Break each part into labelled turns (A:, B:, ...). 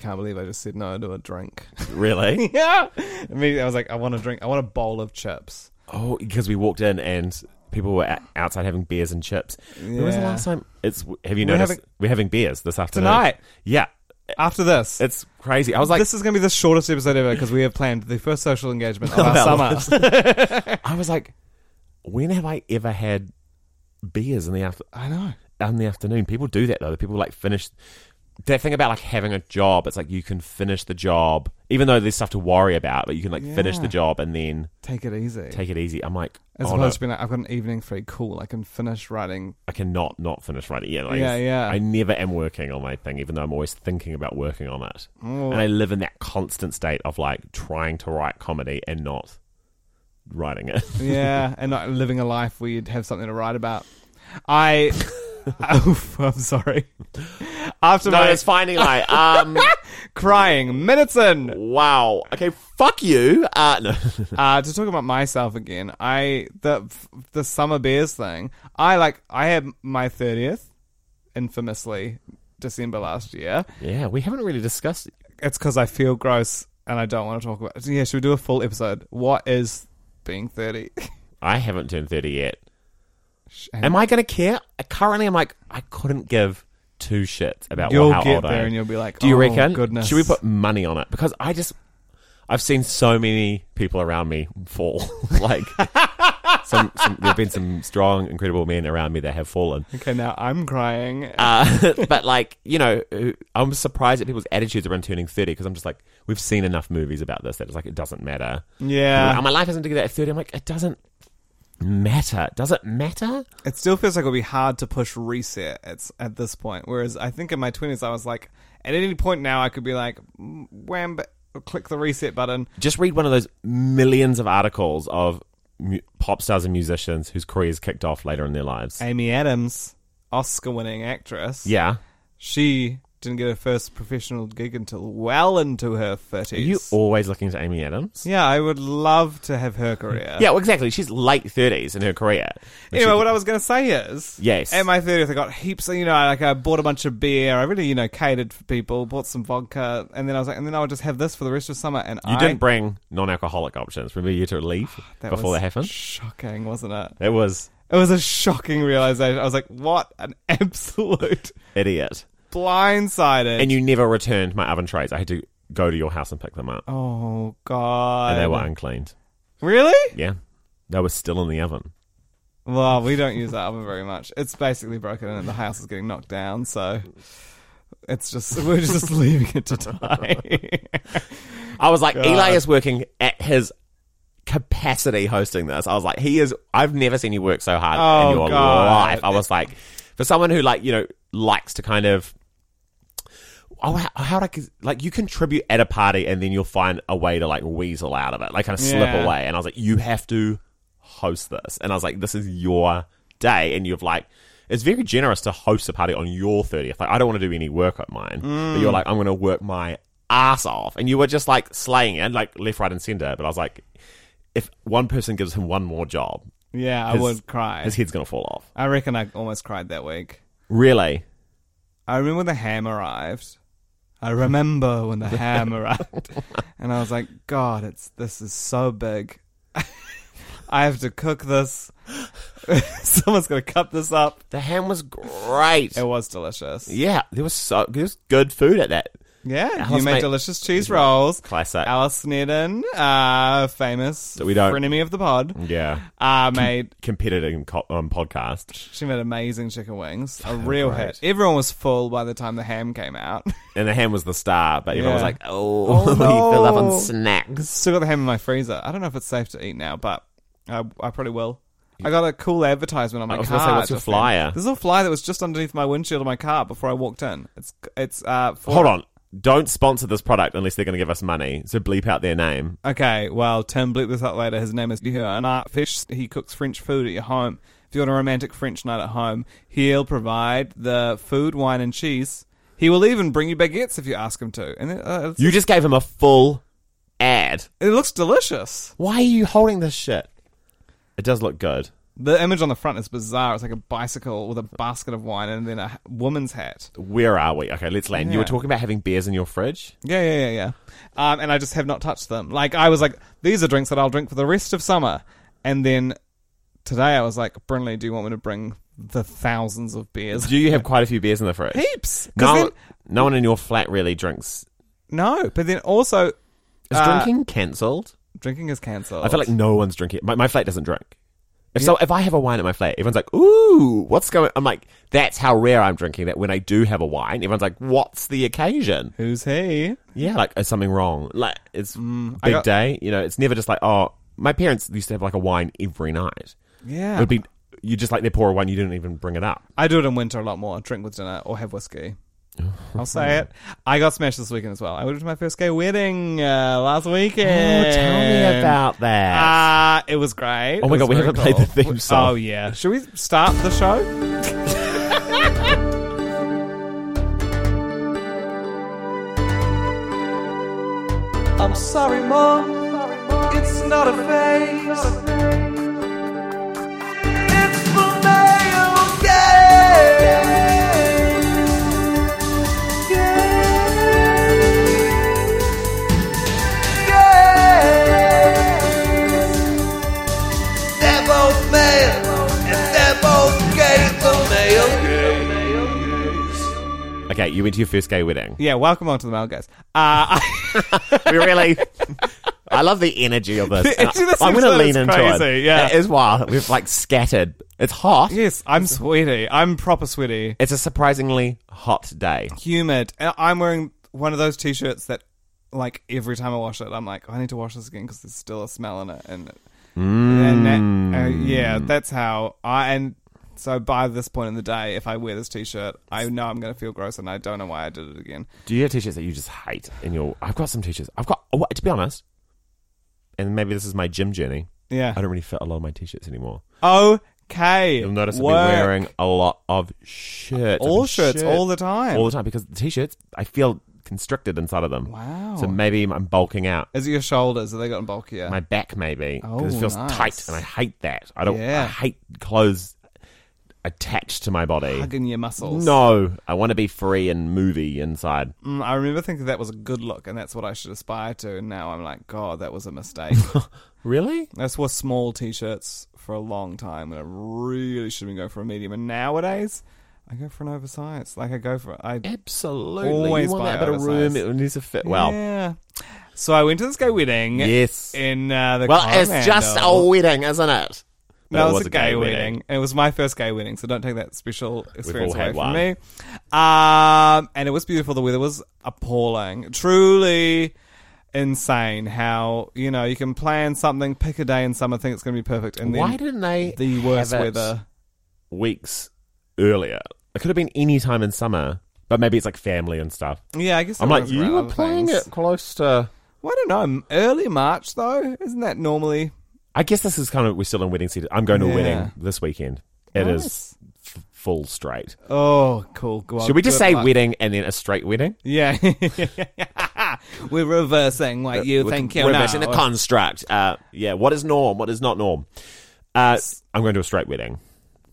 A: Can't believe I just said no to a drink.
B: Really?
A: yeah. Immediately I was like, I want a drink. I want a bowl of chips.
B: Oh, because we walked in and people were o- outside having beers and chips. When was the
A: Yeah.
B: last time? It's have you
A: We're
B: noticed?
A: having-
B: we're having beers this afternoon
A: Tonight.
B: Yeah,
A: After this,
B: it's crazy. I was like,
A: this is going to be the shortest episode ever because we have planned the first social engagement of
B: Of our
A: our summer.
B: I was like, when have I ever had beers in the after?
A: I know.
B: in the afternoon. People do that though. People like finish that thing about like having a job. It's like you can finish the job, even though there's stuff to worry about, but you can like finish
A: Yeah.
B: the job and then
A: Take it easy.
B: take it easy. I'm like,
A: As
B: oh, no,
A: opposed to being like, I've got an evening free. Cool. I can finish writing.
B: I cannot not finish writing. Yeah, like,
A: Yeah, yeah.
B: I never am working on my thing, even though I'm always thinking about working on it.
A: Oh.
B: And I live in that constant state of like trying to write comedy and not writing it.
A: Yeah. and not living a life where you'd have something to write about. I. Oof, I'm sorry. After
B: no,
A: my
B: it's finally like, um,
A: crying minutes in.
B: wow, okay, fuck you. Uh, no,
A: uh, to talk about myself again, I the the summer beers thing. I like I had my thirtieth, infamously December last year.
B: yeah, we haven't really discussed.
A: It's because I feel gross and I don't want to talk about. it. Yeah, should we do a full episode? What is being thirty?
B: I haven't turned thirty yet. Am I going to care? I- Currently, I'm like, I couldn't give two shits about
A: You'll
B: how
A: get
B: old I
A: there
B: am.
A: and you'll be like,
B: Do you
A: "Oh,
B: reckon?
A: goodness."
B: Should we put money on it? Because I just, I've seen so many people around me fall. like, some, some there have been some strong, incredible men around me that have fallen.
A: Okay, now I'm crying.
B: Uh, but like, you know, I'm surprised at people's attitudes around turning thirty because I'm just like, we've seen enough movies about this that it's like it doesn't matter.
A: yeah,
B: And my life doesn't do that at thirty. I'm like, it doesn't matter. Does it matter?
A: it still feels like it'll be hard to push reset at, at this point. Whereas I think in my twenties, I was like, at any point now, I could be like, mm, wham, but click the reset button.
B: just read one of those millions of articles of mu- pop stars and musicians whose careers kicked off later in their lives.
A: Amy Adams, Oscar winning actress.
B: yeah.
A: She didn't get her first professional gig until well into her 30s.
B: Are you always looking to Amy Adams?
A: yeah, I would love to have her career.
B: Yeah, well, exactly. She's late 30s in her career. And
A: Anyway,
B: she-
A: what I was going to say is,
B: Yes.
A: at my thirtieth, I got heaps. Of, you know, like I bought a bunch of beer. I really, you know, catered for people. Bought some vodka, and then I was like, and then I would just have this for the rest of summer. And
B: you
A: I, Ah,
B: didn't bring non alcoholic options. Remember, you had to leave
A: that
B: before
A: was
B: that happened?
A: Shocking, wasn't it?
B: That was
A: It was a shocking realization. I was like, what an absolute
B: idiot.
A: blindsided.
B: And you never returned my oven trays. I had to go to your house and pick them up.
A: oh god,
B: and they were
A: Um,
B: uncleaned.
A: really.
B: Yeah. They were still in the oven.
A: Well, we don't use that oven very much. It's basically broken and the house is getting knocked down, so it's just we're just leaving it to die.
B: I was like,
A: God.
B: Eli is working at his capacity hosting this. I was like, he is. I've never seen you work so hard in
A: Oh,
B: your
A: God.
B: life. I was like, for someone who like you know likes to kind of. Oh, how, how do I like you contribute at a party and then you'll find a way to like weasel out of it, like kind of slip
A: Yeah.
B: away. And I was like, you have to host this, and I was like, this is your day, and you've like, it's very generous to host a party on your thirtieth. Like, I don't want to do any work at mine, but you're like, I'm going to work my ass off, and you were just like slaying it, like left, right, and center. But I was like, if one person gives him one more job,
A: yeah, I
B: his-
A: would cry.
B: His head's going to fall off.
A: I reckon I almost cried that week.
B: Really?
A: I remember when the ham arrived. I remember when the ham arrived. And I was like, God, it's this is so big. I have to cook this. Someone's gonna cut this up.
B: The ham was great.
A: It was delicious.
B: Yeah, there was so there was good food at that.
A: Yeah,
B: Alice
A: you made
B: made-
A: delicious cheese rolls.
B: Classic.
A: Alice Sneddon, uh, famous
B: we don't-
A: frenemy of the pod,
B: Yeah,
A: uh, made
B: competitive in co- um, podcast,
A: she made amazing chicken wings, a real
B: great.
A: hit. Everyone was full by the time the ham came out.
B: and the ham was the star. But everyone was
A: Yeah.
B: like, "Oh, we filled up on snacks."
A: Still got the ham in my freezer. I don't know if it's safe to eat now, but I, I probably will. I got a cool advertisement on my
B: I was
A: car.
B: gonna say, what's your
A: just then.
B: flyer?
A: There's a flyer that was just underneath my windshield of my car before I walked in. It's it's uh. For,
B: Hold on. Don't sponsor this product unless they're going to give us money. So bleep out their name.
A: Okay, well, Tim bleep this out later. His name is Deher, and art fish. He cooks French food at your home. If you want a romantic French night at home, he'll provide the food, wine, and cheese. He will even bring you baguettes if you ask him to, and it, uh, it's-
B: You just gave him a full ad.
A: it looks delicious.
B: Why are you holding this shit? It does look good.
A: The image on the front is bizarre. It's like a bicycle with a basket of wine and then a h- woman's hat.
B: Where are we? Okay, let's land. You were
A: Yeah.
B: talking about having beers in your fridge.
A: Yeah, yeah, yeah, yeah. Um, and I just have not touched them. Like I was like, these are drinks that I'll drink for the rest of summer. And then today I was like, Brinley, do you want me to bring the thousands of beers?
B: Do you have quite a few beers in the fridge?
A: Heaps. 'Cause
B: No,
A: then-
B: no one in your flat really drinks.
A: no, but then also
B: Is
A: Uh,
B: drinking cancelled?
A: drinking is cancelled.
B: I feel like no one's drinking. My, my flat doesn't drink. If so, if I have a wine at my flat, everyone's like, "Ooh, what's going?" I'm like, "That's how rare I'm drinking." That when I do have a wine, everyone's like, "What's the occasion?"
A: who's he?
B: Yeah, like is something wrong? Like it's
A: Mm, I
B: big
A: got-
B: day. You know, it's never just like, "Oh, my parents used to have like a wine every night."
A: Yeah,
B: It would be you just like they pour a wine, you didn't even bring it up.
A: I do it in winter a lot more. Drink with dinner or have whiskey. I'll say it. I got smashed this weekend as well. I went to my first gay wedding uh,
B: Oh,
A: last weekend.
B: that.
A: Ah, it was great.
B: Oh my
A: It was
B: God, we
A: very
B: haven't played the theme song.
A: Oh yeah, should we start the show? I'm sorry, mom. It's not a phase. It's the male gaze. Gaze. Gaze. They're both male, and they're both gay. The male gaze.
B: okay, you went to your first gay wedding.
A: Yeah, welcome on to the male gaze. Uh,
B: we really. I love the energy of this.
A: The
B: And
A: energy of this
B: I'm going to
A: episode
B: lean
A: is
B: into it.
A: crazy, yeah.
B: it is wild. We've like scattered. It's hot.
A: Yes, I'm sweaty. I'm proper sweaty.
B: It's a surprisingly hot day.
A: Humid. And I'm wearing one of those t-shirts that, like, every time I wash it, I'm like, "Oh, I need to wash this again because there's still a smell in it. And, and that, uh, yeah,
B: Mm.
A: that's how I. And so by this point in the day, if I wear this t-shirt, I know I'm going to feel gross, and I don't know why I did it again.
B: Do you have t-shirts that you just hate? In your, I've got some t-shirts. I've got. Oh, to be honest, and maybe this is my gym journey.
A: Yeah.
B: I don't really fit a lot of my t-shirts anymore.
A: Okay.
B: You'll notice I've been
A: Work.
B: wearing a lot of shirts. I've
A: All
B: been
A: shirts,
B: shirt-
A: all the time.
B: all the time because the t-shirts I feel constricted inside of them.
A: Wow.
B: So maybe I'm bulking out.
A: Is it your shoulders? Have they gotten bulkier?
B: my back maybe because
A: Oh,
B: it feels
A: nice.
B: tight and I hate that. I don't.
A: Yeah.
B: I hate clothes attached to my body.
A: Hugging your muscles.
B: No, I want to be free and movie inside.
A: Mm, I remember thinking that was a good look, and that's what I should aspire to. And now I'm like, God, that was a mistake.
B: Really?
A: I just wore small t-shirts for a long time, and I really should have been going for a medium. And nowadays, I go for an oversized. Like I go for I
B: Absolutely.
A: Always
B: you want
A: buy
B: that bit of room.
A: oversized.
B: It needs to fit well.
A: yeah. So I went to this gay wedding.
B: Yes.
A: In uh, the
B: Well, it's just a
A: Coromandel.
B: wedding, isn't it? But
A: That was, a gay, wedding. and It was my first gay wedding, so don't take that special experience
B: all had
A: away from
B: one.
A: me. Um, and it was beautiful. The weather was appalling, truly insane. How you know you can plan something, pick a day in summer, think it's going to be perfect, and then
B: Why didn't they
A: the worst
B: have it
A: weather.
B: weeks earlier? It could have been any time in summer, but maybe it's like family and stuff.
A: Yeah, I guess
B: I'm like,
A: everyone's around
B: you were
A: other
B: playing
A: things.
B: it close to.
A: Well, I don't know. Early March though, isn't that normally?
B: I guess this is kind of we're still in wedding season. I'm going to
A: Yeah.
B: a wedding this weekend. It is
A: Nice.
B: f- full straight.
A: Oh, cool. Well,
B: Should we just
A: good
B: say
A: luck.
B: wedding and then a straight wedding?
A: Yeah, we're reversing what you
B: We're-
A: think Oh, you
B: Uh, we're
A: know.
B: missing the construct. Uh, yeah, what is norm? What is not norm? Uh, I'm going to a straight wedding.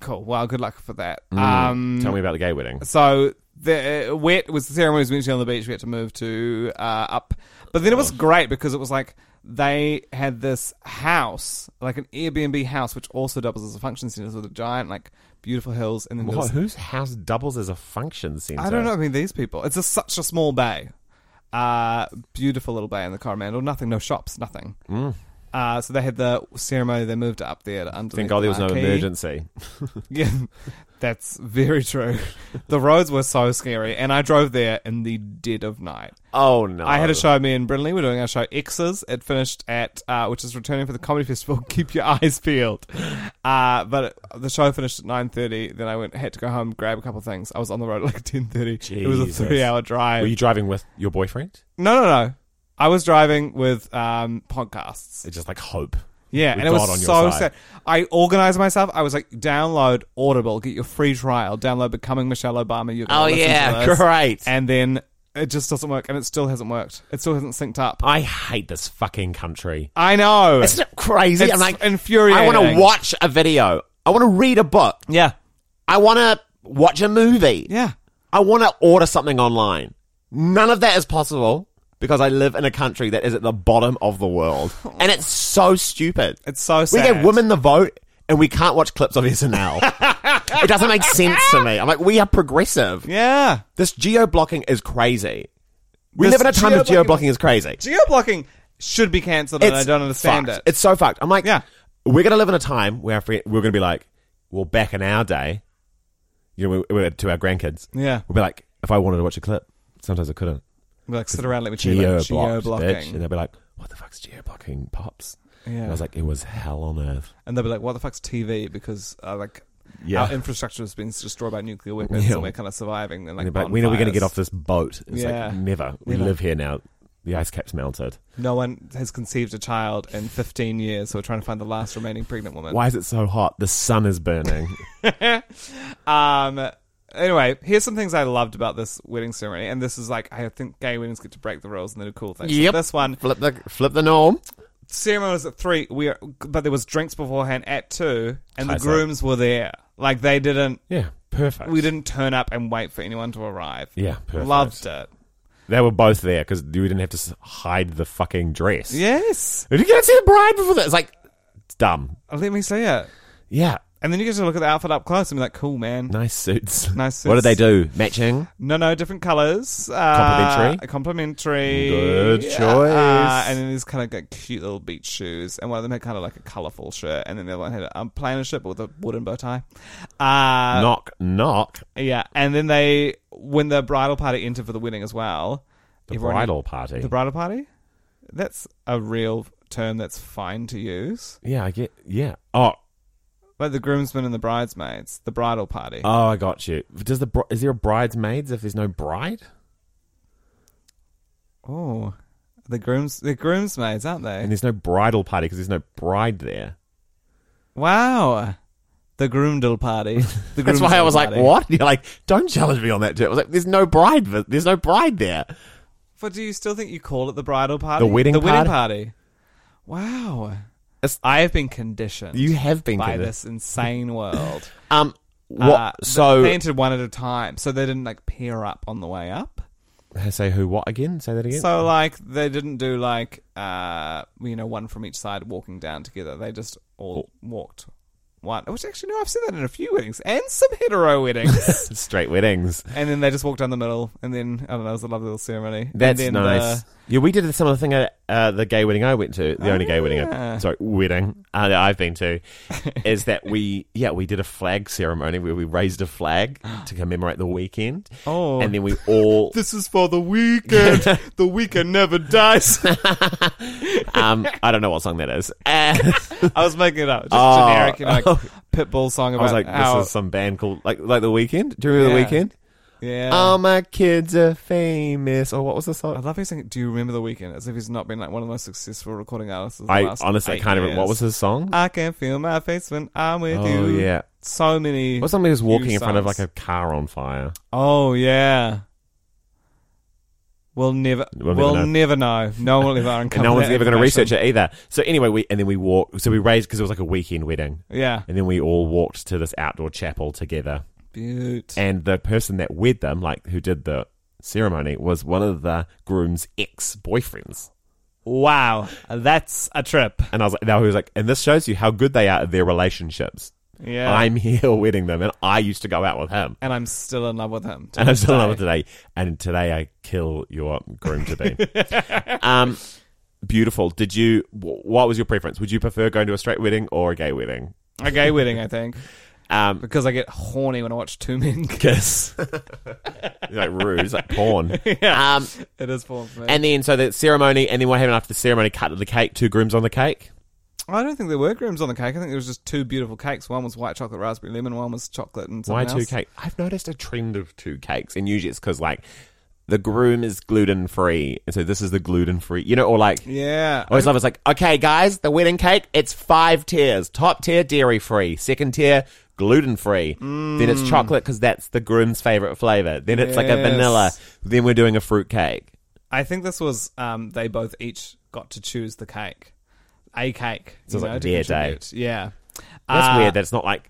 A: Cool. Well, good luck for that.
B: Mm.
A: Um,
B: Tell me about the gay wedding.
A: so the uh, wet was the ceremony was meant to be on the beach. We had to move to uh, up, but then it
B: Oh.
A: was great because it was like they had this house, like an Airbnb house, which also doubles as a function center with a giant, like beautiful hills, and then there
B: What,
A: was,
B: whose house doubles as a function center?
A: I don't know. I mean, these people. It's a, such a
B: Mm.
A: small bay. Uh, beautiful little bay in the Coromandel. Nothing. No shops. Nothing. Uh, so they had the ceremony. They moved up there to underneath.
B: Thank God
A: the
B: there was no
A: marquee.
B: emergency.
A: Yeah, that's very true. The roads were so scary, and I drove there in the dead of night.
B: Oh no!
A: I had a show. Me and Brindley were doing our show X's. It finished at uh, which is returning for the comedy festival. Keep your eyes peeled. Uh, but it, the show finished at nine thirty. Then I went had to go home grab a couple things. I was on the road at like ten thirty. It was a
B: Jesus.
A: three hour drive.
B: Were you driving with your boyfriend?
A: no, no, no. I was driving with um, podcasts.
B: It's just like hope.
A: Yeah,
B: With
A: and it
B: God on
A: was
B: your
A: so
B: side.
A: sad. I organized myself. I was like, download Audible, get your free trial, download Becoming Michelle Obama. You're gonna
B: Oh,
A: listen
B: yeah,
A: to this.
B: great.
A: And then it just doesn't work, and it still hasn't worked. It still hasn't synced up.
B: I hate this fucking country.
A: I know.
B: Isn't it crazy?
A: It's
B: I'm like
A: infuriating.
B: I want to watch a video. I want to read a book.
A: yeah,
B: I want to watch a movie.
A: yeah.
B: I want to order something online. None of that is possible because I live in a country that is at the bottom of the world, and it's so stupid.
A: It's so
B: We
A: sad.
B: gave women the vote, and we can't watch clips of SNL. it doesn't make sense to me. I'm like, we are progressive.
A: Yeah,
B: This geo blocking is crazy. We
A: This
B: live in a time of
A: geo-blocking-
B: geo blocking is crazy.
A: geo blocking should be cancelled, and I don't understand
B: fucked.
A: it.
B: It's so fucked. I'm like,
A: Yeah.
B: we're gonna live in a time where our fri- we're gonna be like, well, back in our day, you know, we, we, to our grandkids,
A: Yeah.
B: we'll be like, if I wanted to watch a clip, sometimes I couldn't.
A: Like sit around, let me check.
B: Geo
A: Like,
B: blocked, bitch,
A: geo-blocking.
B: and they'll be like, what the fuck's geo blocking, pops?
A: Yeah.
B: And I was like, it was hell on earth.
A: and they'll be like, "What the fuck's TV?" Because uh, like
B: Yeah.
A: our infrastructure has been destroyed by nuclear weapons,
B: Yeah.
A: and we're kind of surviving. And like,
B: And they'll be like, when are we gonna
A: bonfires.
B: get off this boat? It's
A: Yeah.
B: like never. We
A: Never.
B: live here now. The ice cap's melted.
A: No one has conceived a child in 15 years, so we're trying to find the last remaining pregnant woman.
B: Why is it so hot? The sun is burning.
A: Um. Anyway, here's some things I loved about this wedding ceremony, and this is like I think gay weddings get to break the rules and they do cool things.
B: Yep.
A: This one
B: flip the flip the norm.
A: ceremony was at three. We are, but there was drinks beforehand at two, and the
B: Classic.
A: grooms were there. Like they didn't.
B: Yeah, perfect.
A: We didn't turn up and wait for anyone to arrive.
B: Yeah, perfect.
A: Loved it.
B: They were both there because we didn't have to s- hide the fucking dress.
A: Yes.
B: Did you get to see the bride before that? It's like, it's dumb.
A: Let me see it.
B: Yeah.
A: And then you get to look at the outfit up close and be like, cool, man.
B: Nice suits.
A: Nice
B: What did they
A: suits.
B: do? Matching?
A: No, no, different colours. Uh,
B: Complimentary?
A: complimentary.
B: Good
A: Yeah.
B: choice.
A: Uh, and then these kind of like cute little beach shoes, and one of them had kind of like a colourful shirt, and then the other one had a um, plainer shirt but with a wooden bow tie. Uh,
B: knock, knock.
A: Yeah, and then they when the bridal party entered for the wedding as well.
B: The
A: everyone-
B: bridal party.
A: The bridal party. That's a real term that's fine to use.
B: yeah, I get. Yeah. Oh,
A: Like the groomsmen and the bridesmaids, the bridal party.
B: oh, I got you. Does the br- is there a bridesmaids if there's no bride?
A: oh, the grooms, the groomsmaids, aren't they?
B: And there's no bridal party because there's no bride there.
A: Wow. The groomdle party. The
B: That's why I
A: groomsdale
B: was like,
A: party.
B: "What?" You're like, "Don't challenge me on that." Too. I was like, "There's no bride. th- There's no bride there."
A: But do you still think you call it the bridal party?
B: The wedding
A: the wedding
B: party?
A: party. Wow.
B: It's-
A: I have been conditioned
B: You have been
A: by
B: convinced.
A: this insane world.
B: Um, what?
A: Uh, th-
B: so
A: they entered one at a time, so they didn't like pair up on the way up.
B: say who? What again? Say that again.
A: So like they didn't do like uh you know one from each side walking down together. They just all walked one. Which actually no, I've seen that in a few weddings and some hetero weddings.
B: Straight weddings.
A: And then they just walked down the middle, and then I don't know. It was a lovely little ceremony. And
B: That's
A: then uh,
B: nice.
A: the-
B: yeah, we did some of the thing at uh, the gay wedding I went to. The only gay wedding, I,
A: Ah.
B: sorry, wedding uh, that I've been to, is that we yeah we did a flag ceremony where we raised a flag to commemorate the weekend.
A: Oh.
B: and then we all
A: this is for the weekend. the weekend never dies.
B: um I don't know what song that is. Uh,
A: I was making it up, just
B: Oh.
A: generic, you know, like Pitbull song
B: I
A: about
B: was like,
A: how
B: this is some band called like like the weekend. Do you
A: Yeah.
B: remember the weekend?
A: yeah.
B: All my kids are famous. Or what was the song?
A: I love his saying, "Do you remember the weekend?" As if he's not been like one of the most successful recording artists. Of the
B: I
A: last
B: honestly I
A: eight
B: can't remember
A: years. Uh,
B: what was his song.
A: I can feel my face when I'm with
B: Oh,
A: you.
B: yeah.
A: so many.
B: What's somebody who's
A: huge
B: walking in front of
A: songs.
B: like a car on fire?
A: Oh yeah. We'll never,
B: We'll
A: we'll, never
B: never know.
A: know. No one will ever uncover.
B: and no one's
A: that
B: ever going to
A: information.
B: research it either. So anyway, we and then we walked. So we raised because it was like a weekend wedding,
A: Yeah,
B: and then we all walked to this outdoor chapel together.
A: Beaut.
B: And the person that wed them, like who did the ceremony, was one of the groom's ex boyfriends.
A: Wow, that's a trip.
B: And I was like, now he was like, and this shows you how good they are at their relationships.
A: Yeah.
B: I'm here wedding them, and I used to go out with him.
A: and I'm still in love with him. to
B: And I'm
A: this
B: still in
A: day.
B: love with today. And today I kill your groom to be. um, Beautiful. Did you? wh- What was your preference? Would you prefer going to a straight wedding or a gay wedding?
A: A gay wedding, I think,
B: Um,
A: because I get horny when I watch two men
B: kiss. like rude. It's like porn.
A: yeah,
B: Um,
A: it is porn for me.
B: and then so the ceremony, and then what happened after the ceremony? Cut the cake. Two grooms on the cake.
A: I don't think there were grooms on the cake. I think there was just two beautiful cakes. One was white chocolate raspberry lemon. One was chocolate and
B: Why
A: something
B: two
A: else.
B: cake? I've noticed a trend of two cakes, and usually it's because like the groom is gluten free, and so this is the gluten free. You know, or like
A: Yeah,
B: I always love it's like, okay, guys, the wedding cake, it's five tiers. Top tier, dairy free. Second tier, gluten free. Then it's chocolate because that's the groom's favorite flavor. Then it's like a
A: Mm. Yes.
B: vanilla. Then we're doing a fruit cake.
A: I think this was um, they both each got to choose the cake, a cake.
B: So it's
A: you
B: like
A: know, to
B: their day.
A: contribute. Yeah, Uh,
B: That's weird that it's not like,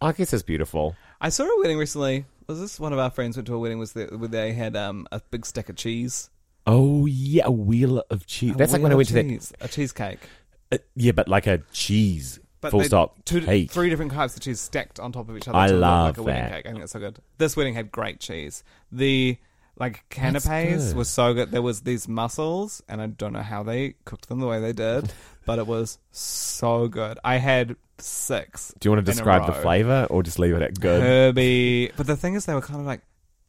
B: I guess it's beautiful.
A: I saw a wedding recently. Was this one of our friends went to a wedding? Was there, where they had um, a big stack of cheese?
B: Oh, yeah, a wheel of
A: A
B: cheese. that's like when
A: wheel
B: I
A: of
B: went
A: cheese, a cheesecake.
B: to that. Uh, yeah, but like a cheese.
A: But
B: full
A: they-
B: stop.
A: Two,
B: cake.
A: three different types of cheese stacked on top of each other.
B: I
A: to look
B: love
A: like a wedding
B: that.
A: cake. I think that's so good. This wedding had great cheese. The like canapes
B: good.
A: were so good. There was these mussels, and I don't know how they cooked them the way they did, but it was so good. I had six.
B: Do you want
A: in a
B: to describe the
A: row.
B: flavor or just leave it at good?
A: Herby. But the thing is, they were kind of like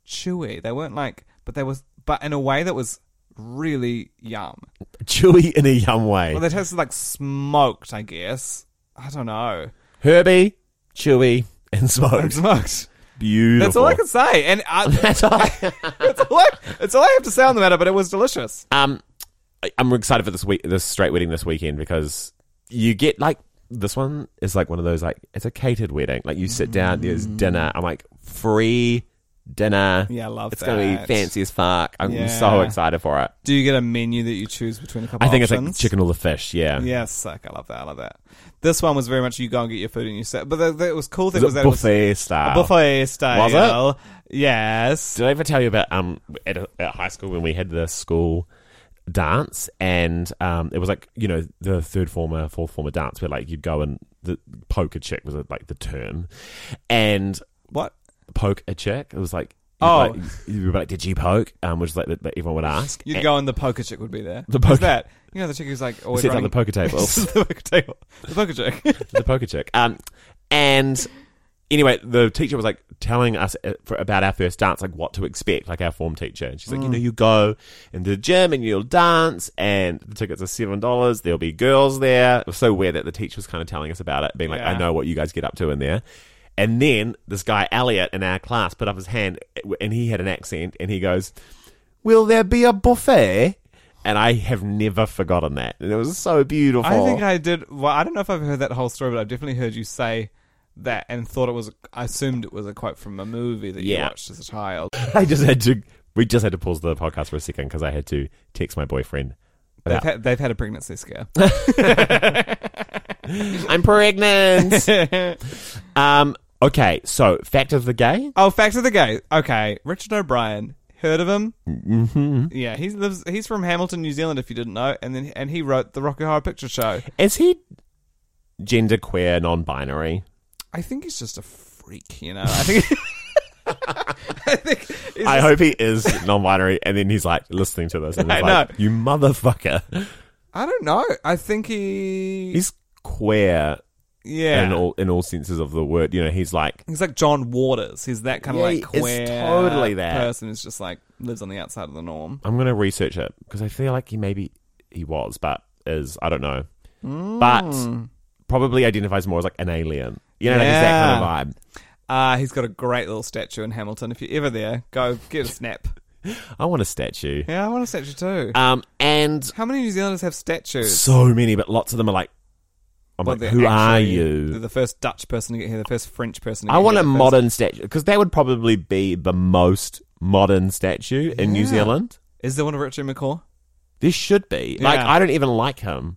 A: chewy. They weren't like, but they was, but in a way that was really yum.
B: Chewy in a yum way.
A: Well, they tasted like smoked, I guess. I don't know.
B: Herbie, chewy, and
A: Like
B: smoked.
A: smoked.
B: Beautiful.
A: That's all I can say, and I,
B: That's all I-
A: that's all I, that's all I have to say on the matter. But it was delicious.
B: um, I- I'm excited for this week, this straight wedding this weekend because you get like this one is like one of those like it's a catered wedding. Like you sit down, there's dinner. I'm like free dinner.
A: Mm. Yeah, I love
B: It's gonna be
A: that.
B: fancy as fuck. I'm
A: Yeah.
B: so excited for it.
A: Do you get a menu that you choose between a couple?
B: I think it's like
A: options?
B: chicken or the fish. Yeah.
A: Yes, sick. I love that. I love that. This one was very much you go and get your food and you sit. But the, the, it was cool thing
B: Is
A: was
B: it
A: that it was
B: buffet style.
A: buffet style. Yes.
B: Did I ever tell you about um at, at high school when we had the school dance and um it was like you know the third former fourth former dance where like you'd go and the poker chick was uh, like the term and
A: What?
B: poke a chick it was like
A: Oh.
B: like, you were like did you poke um which is like that that everyone would ask
A: You'd
B: And-
A: go and the poker chick would be there.
B: The
A: Who's
B: poker-
A: that? You know the chick who's like always
B: Sits at
A: running-
B: the poker table.
A: the poker table. The poker chick.
B: the poker chick. Um, and anyway, the teacher was like telling us uh, for, about our first dance, like what to expect, like our form teacher. And she's like, you know, you go into the gym and you'll dance, and the tickets are seven dollars. There'll be girls there. It was so weird that the teacher was kind of telling us about it, being like,
A: Yeah.
B: I know what you guys get up to in there. And then this guy Elliot in our class put up his hand, uh, and he had an accent, and he goes, "Will there be a buffet?" And I have never forgotten that. And it was so beautiful.
A: I think I did. Well, I don't know if I've heard that whole story, but I've definitely heard you say that and thought it was. I assumed it was a quote from a movie that you
B: Yeah.
A: watched as a child.
B: I just had to. We just had to pause the podcast for a second because I had to text my boyfriend.
A: They've,
B: about-
A: had, they've had a pregnancy scare.
B: I'm pregnant. um. Okay. So, fact of the gay.
A: oh, facts of the gay. Okay, Richard O'Brien. Heard of him? Mm-hmm. Yeah, he lives. He's from Hamilton, New Zealand. If you didn't know, and then and he wrote the Rocky Horror Picture Show.
B: Is he gender queer, non-binary?
A: I think he's just a freak. You know, I think. I think. He's
B: I
A: just-
B: hope he is non-binary, and then he's like listening to this and
A: I
B: he's like,
A: know.
B: "You motherfucker,
A: I don't know. I think he.
B: he's queer
A: yeah.
B: in all in all senses of the word." You know, he's like,
A: He's like John Waters. He's that kind of
B: Yeah,
A: like
B: he
A: queer
B: is totally that.
A: person who's just like lives on the outside of the norm.
B: "I'm gonna research it because I feel like he maybe he was, but is I don't know,
A: Hmm.
B: but probably identifies more as like an alien." You know, like it's that
A: Yeah.
B: kind of vibe.
A: Uh, he's got a great little statue in Hamilton. If you're ever there, go get a snap.
B: I want a statue.
A: Yeah, I want a statue too.
B: Um, and
A: How many New Zealanders have statues?
B: so many, but lots of them are like, I'm
A: Well,
B: like,
A: they're
B: who are
A: actually-
B: you?
A: They're the first Dutch person to get here, the first French person to get
B: I want
A: here,
B: a
A: the first-
B: modern statue because that would probably be the most modern statue in New
A: Yeah.
B: Zealand.
A: Is there one of Richard McCaw?
B: This should be. Like,
A: Yeah.
B: I don't even like him.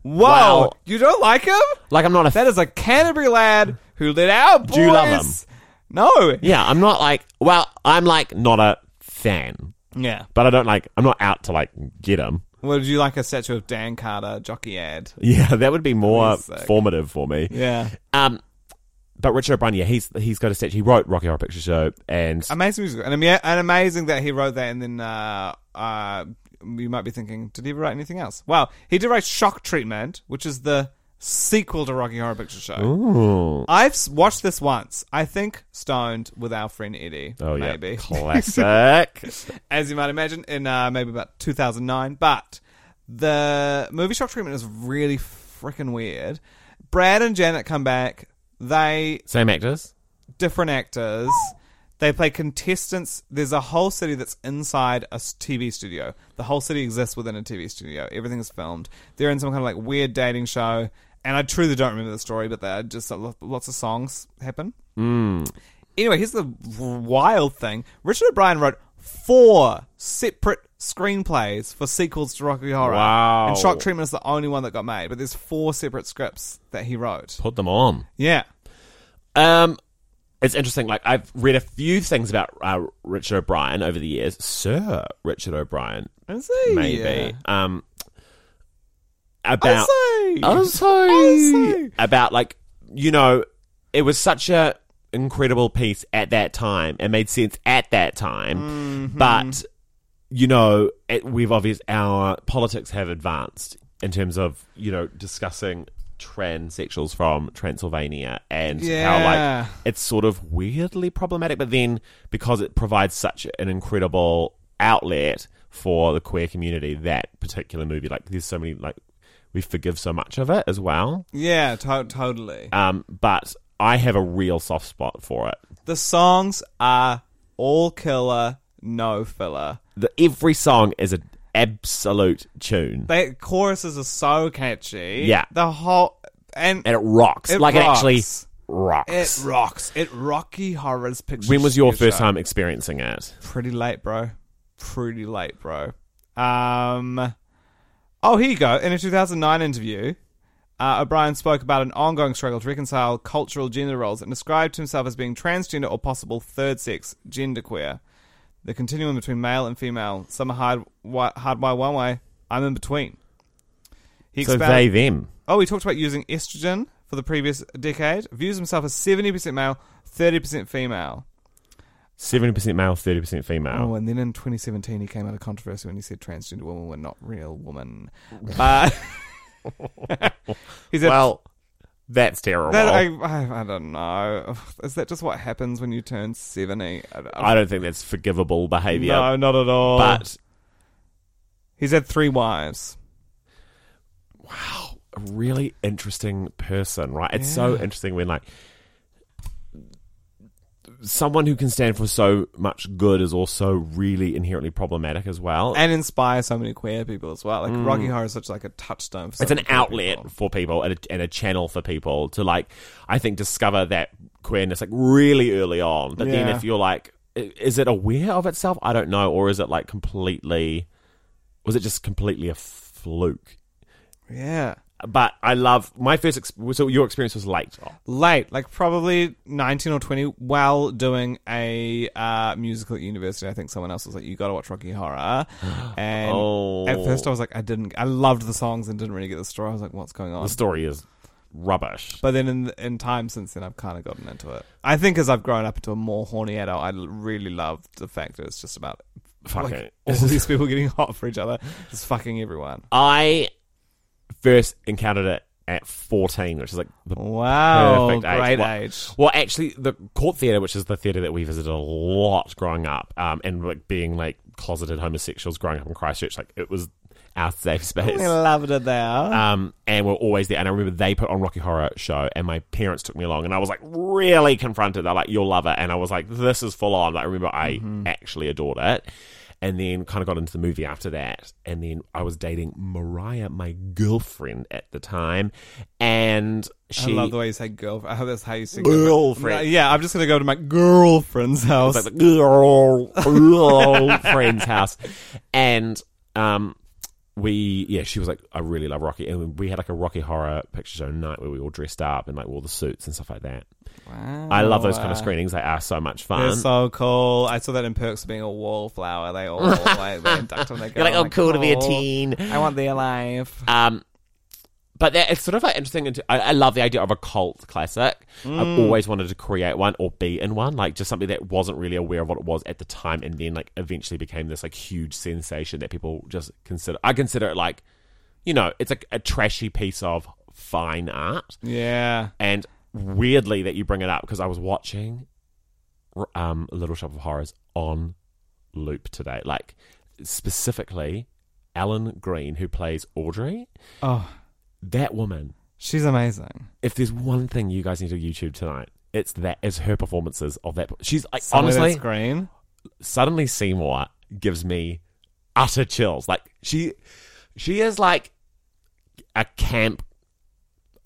A: Whoa!
B: Wow.
A: You don't like him?
B: Like, I'm not a fan.
A: That is a Canterbury lad who led our boys.
B: Do you love
A: No.
B: Yeah, I'm not like, well, I'm like not a fan,
A: Yeah.
B: but I don't like, I'm not out to like get him.
A: Would you like a statue of Dan Carter, jockey ad?
B: Yeah, that would be more
A: That'd be sick.
B: formative for me.
A: Yeah.
B: Um, but Richard O'Brien, yeah, he's he's got a statue. He wrote Rocky Horror Picture Show, and
A: Um, Amazing musical, and, ama- and amazing that he wrote that, and then uh, uh, you might be thinking, did he ever write anything else? Well, he did write Shock Treatment, which is the sequel to Rocky Horror Picture Show.
B: Ooh.
A: I've s- watched this once. I think stoned with our friend Eddie.
B: Oh yeah,
A: maybe.
B: classic.
A: as you might imagine, in uh, maybe about 2009. But the movie shock treatment is really freaking weird. Brad and Janet come back. They
B: Same actors.
A: different actors. They play contestants. There's a whole city that's inside a s- TV studio. The whole city exists within a TV studio. Everything is filmed. They're in some kind of like weird dating show. And I truly don't remember the story, but there are just uh, lo- lots of songs happen.
B: Hmm.
A: Anyway, here's the wild thing Richard O'Brien wrote four separate screenplays for sequels to Rocky Horror.
B: Wow.
A: And Shock Treatment is the only one that got made, but there's four separate scripts that he wrote.
B: Put them on.
A: Yeah.
B: Um, it's interesting. Like I've read a few things about uh, Richard O'Brien over the years. Sir Richard O'Brien,
A: Is he?
B: maybe. Um,
A: I
B: about
A: see.
B: Oh, sorry.
A: Ozzy.
B: about like you know, it was such a incredible piece at that time. It made sense at that time, but you know, it, we've obvious our politics have advanced in terms of you know discussing transsexuals from Transylvania and
A: Yeah.
B: how like it's sort of weirdly problematic. But then because it provides such an incredible outlet for the queer community, that particular movie, like there's so many like we forgive so much of it as well.
A: Yeah, to- totally.
B: Um, but I have a real soft spot for it.
A: the songs are all killer, no filler.
B: The, every song is an absolute tune,
A: The choruses are so catchy.
B: Yeah.
A: the whole and
B: and it rocks.
A: It
B: like it actually
A: rocks.
B: rocks.
A: it rocks. It Rocky Horror's picture.
B: when was your
A: Show.
B: first time experiencing it?
A: Pretty late, bro. Pretty late, bro. Um. Oh, here you go. In a 2009 interview, uh, O'Brien spoke about an ongoing struggle to reconcile cultural gender roles and described himself as being transgender or possible third sex genderqueer. The continuum between male and female, some are hard, wi- hardwired one way, I'm in between. He
B: So
A: expounded-
B: they them.
A: Oh, he talked about using estrogen for the previous decade. Views himself as 70% male, 30% female.
B: Seventy percent male, thirty percent
A: Oh,
B: female.
A: and then in 2017, he came out of controversy when he said transgender women were not real women. But he said,
B: Uh, well, that's terrible.
A: that, I,
B: I,
A: I, I don't know. Is that just what happens when you turn 70? I don't,
B: don't think that's forgivable behaviour.
A: no, not at all.
B: but
A: he's had three wives.
B: a really interesting person, right? It's so interesting when like someone who can stand for so much good is also really inherently problematic as well.
A: And inspire so many queer people as well. Like, Rocky Horror is such like a touchstone for so
B: Mm. it's an
A: many queer
B: outlet
A: people.
B: for people and a, and a channel for people to like, I think, discover that queerness like really early on. But then
A: Yeah.
B: if you're like, i- is it aware of itself? I don't know, or is it like completely? Was it just completely a fluke?
A: Yeah.
B: But I love my first. Exp- so your experience was late.
A: late, like probably 19 or 20, while doing a uh, musical at university. I think someone else was like, you gotta watch Rocky Horror. And
B: Oh.
A: at first I was like, I didn't, I loved the songs and didn't really get the story. I was like, what's going on?
B: the story is rubbish.
A: But then in, in time since then, I've kind of gotten into it. I think as I've grown up into a more horny adult, I l- really love the fact that it's just about
B: Fuck
A: like,
B: it.
A: all these people getting hot for each other, just fucking everyone.
B: I first encountered it at 14, which is like the
A: Wow,
B: perfect age.
A: Oh, great
B: Well-
A: age.
B: Well, actually, the court theatre, which is the theatre that we visited a lot growing up, um, and like being like closeted homosexuals growing up in Christchurch, like it was our safe space.
A: I loved it there.
B: Um, and we're always there. And I remember they put on Rocky Horror Show, and my parents took me along, and I was like really confronted. They're like, "You'll love it," and I was like, "This is full on." Like, I remember I
A: Mm-hmm.
B: actually adored it, and then kind of got into the movie after that. And then I was dating Mariah, my girlfriend at the time, and she
A: I love the way you say girlfriend. I hope that's how you say
B: Girlfriend.
A: No, yeah, I'm just gonna go to my girlfriend's house.
B: was like the girl, girl friend's house, and um, we yeah, she was like, I really love Rocky, and we had like a Rocky Horror Picture Show night where we all dressed up and like wore the suits and stuff like that.
A: wow.
B: I love those kind of screenings; they are so much fun.
A: They're so cool. I saw that in Perks of Being a Wallflower. They all like they "Oh induct on their
B: You're like,
A: girl.
B: oh, cool to be a
A: "Oh,
B: teen.
A: I want their life.
B: Um, But that, it's sort of like interesting. Into, I, I love the idea of a cult classic. I've always wanted to create one or be in one, like just something that wasn't really aware of what it was at the time, and then like eventually became this like huge sensation that people just consider. I consider it like, you know, it's like a trashy piece of fine art.
A: Yeah.
B: And weirdly, that you bring it up because I was watching r- um, Little Shop of Horrors on loop today. Like specifically, Alan Green, who plays Audrey,
A: Oh,
B: that woman.
A: she's amazing.
B: If there's one thing you guys need to YouTube tonight, it's that is her performances of that. She's like
A: Suddenly
B: honestly
A: that's green.
B: suddenly Seymour gives me utter chills. Like she, she is like a camp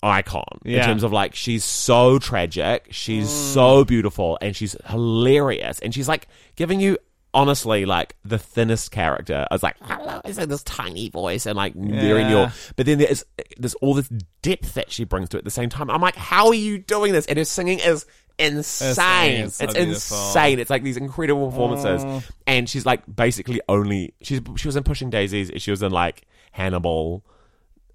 B: icon in
A: Yeah. Mm.
B: terms of like she's so tragic, she's so beautiful, and she's hilarious, and she's like giving you. Honestly, like the thinnest character, I was like, hello, it's like this tiny voice and like very
A: Yeah.
B: new. But then there's there's all this depth that she brings to it at the same time. I'm like, how are you doing this? And her singing is insane. It's,
A: so beautiful.
B: insane insane. It's like these incredible performances, and she's like basically only she's she was in Pushing Daisies. She was in like Hannibal,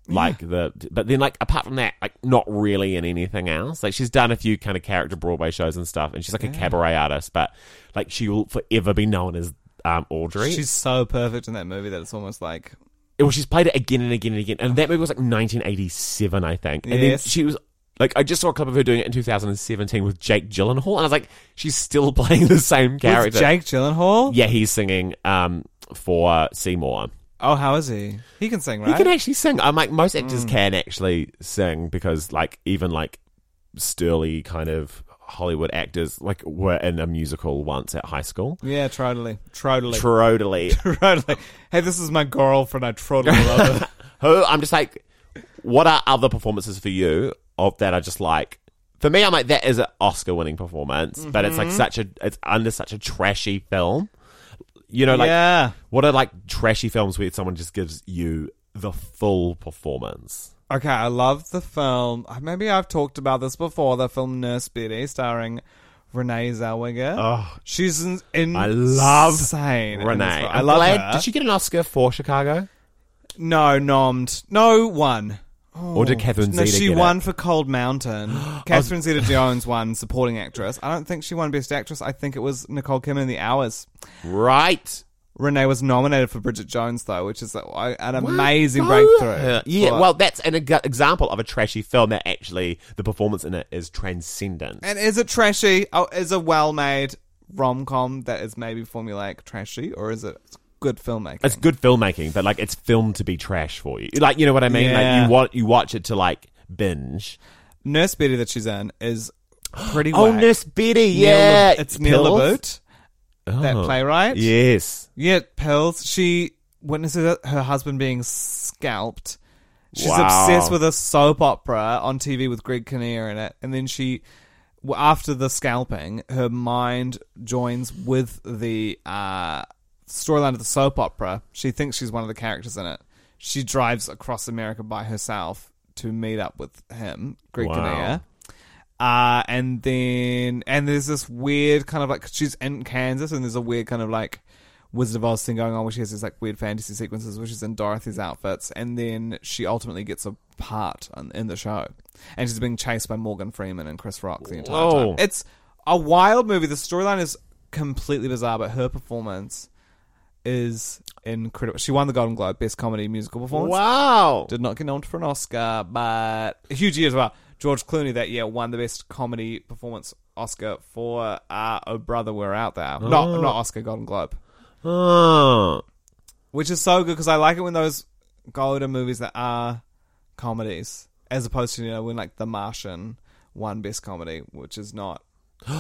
B: like the but then like apart from that, like not really in anything else. Like she's done a few kind of character Broadway shows and stuff, and she's like a cabaret artist, but like she will forever be known as. Um, Audrey.
A: She's so perfect in that movie that it's almost like
B: Well, she's played it again and again and again. And that movie was like 1987, I think. And
A: Yes.
B: then she was like, I just saw a clip of her doing it in 2017 with Jake Gyllenhaal, and I was like, she's still playing the same
A: with
B: character.
A: Jake Gyllenhaal.
B: Yeah, he's singing um, for Seymour.
A: Oh, how is he? He can sing, right? Mm.
B: He can actually sing. I'm like most actors can actually sing because like even like sturly kind of Hollywood actors like were in a musical once at high school.
A: yeah, totally, totally,
B: Totally.
A: totally. Hey, this is my girlfriend. I totally love her.
B: Who I'm just like, what are other performances for you of that are just like? For me, I'm like that is an Oscar-winning performance, but it's
A: Mm-hmm.
B: like such a it's under such a trashy film. You know, like
A: yeah.
B: what are like trashy films where someone just gives you the full performance?
A: Okay, I love the film. Maybe I've talked about this before. The film Nurse Betty, starring Renee Zellweger. Oh, she's in- in-
B: I love
A: insane. in this
B: Renee,
A: film. I
B: I'm
A: love
B: glad-
A: her.
B: Did she get an Oscar for Chicago,
A: No, nommed. No one.
B: or did Catherine
A: Oh. No,
B: Zeta
A: she
B: get it?
A: won for Cold Mountain. Catherine Zeta Jones won supporting actress. I don't think she won Best Actress. I think it was Nicole Kim in The Hours.
B: Right.
A: Renee was nominated for Bridget Jones, though, which is uh, an
B: Well,
A: amazing
B: go
A: breakthrough.
B: her. Yeah,
A: But-
B: well, that's an ex- example of a trashy film that actually the performance in it is transcendent.
A: And is it trashy? Oh, is a well-made rom-com that is maybe formulaic trashy, or is it good filmmaking?
B: It's good filmmaking, but like it's filmed to be trash for you. Like you know what I mean? Like
A: Yeah.
B: you want you watch it to like binge.
A: Nurse Betty that she's in is pretty.
B: Oh,
A: whack.
B: Nurse Betty,
A: Neil
B: yeah,
A: Le- it's Neil
B: Pills?
A: LaBute, that
B: Oh.
A: playwright.
B: Yes,
A: yeah, pills. She witnesses her husband being scalped. She's
B: Wow.
A: obsessed with a soap opera on TV with Greg Kinnear in it, and then she, w- after the scalping, her mind joins with the uh, storyline of the soap opera. She thinks she's one of the characters in it. She drives across America by herself to meet up with him, Greg
B: Wow.
A: Kinnear. Uh, and then and there's this weird kind of like 'cause she's in Kansas, and there's a weird kind of like Wizard of Oz thing going on, where she has these like weird fantasy sequences, which is in Dorothy's outfits, and then she ultimately gets a part on, in the show, and she's being chased by Morgan Freeman and Chris Rock the entire
B: Whoa.
A: time. It's a wild movie. The storyline is completely bizarre, but her performance is incredible. She won the Golden Globe Best Comedy Musical Performance.
B: wow.
A: Did not get nominated for an Oscar, but a huge year as well. George Clooney that year won the Best Comedy Performance Oscar for uh, Oh Brother, We're Out There. Not, not Oscar, Golden Globe.
B: Oh.
A: Which is so good because I like it when those golden movies that are comedies, as opposed to, you know, when like The Martian won Best Comedy, which is not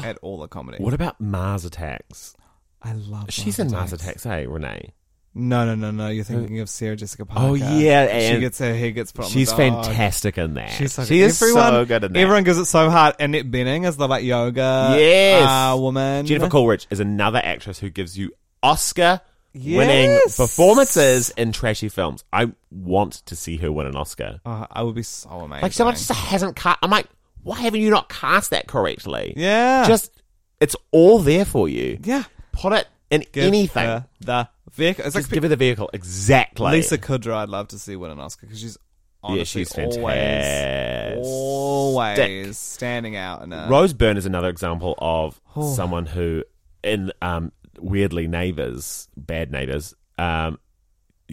A: at all a comedy.
B: What about Mars Attacks?
A: I love
B: She's in Mars Attacks, hey Renee.
A: Oh No, no, no, no. You're thinking of Sarah Jessica Parker.
B: Oh, yeah,
A: she
B: and-
A: gets her hair gets put on the
B: She's
A: dog.
B: fantastic in that.
A: She's so
B: she
A: good.
B: is so good in that.
A: Everyone gives it so hard. Annette Benning is the like yoga
B: Yes.
A: uh, woman.
B: Jennifer Coolidge is another actress who gives you Oscar winning
A: Yes.
B: performances in trashy films. I want to see her win an Oscar.
A: Oh, I would be so amazing.
B: Like someone just hasn't cast. I'm like, why haven't you not cast that correctly?
A: yeah,
B: Just it's all there for you.
A: yeah.
B: Put it in
A: Give
B: anything.
A: her the vehicle. It's
B: just
A: like
B: give her the vehicle exactly.
A: Lisa Kudrow. I'd love to see win an Oscar because she's honestly
B: she's
A: always,
B: fantastic.
A: always standing out in a
B: Rose Byrne is another example of
A: Oh.
B: someone who, in um, weirdly neighbors, bad neighbors, um,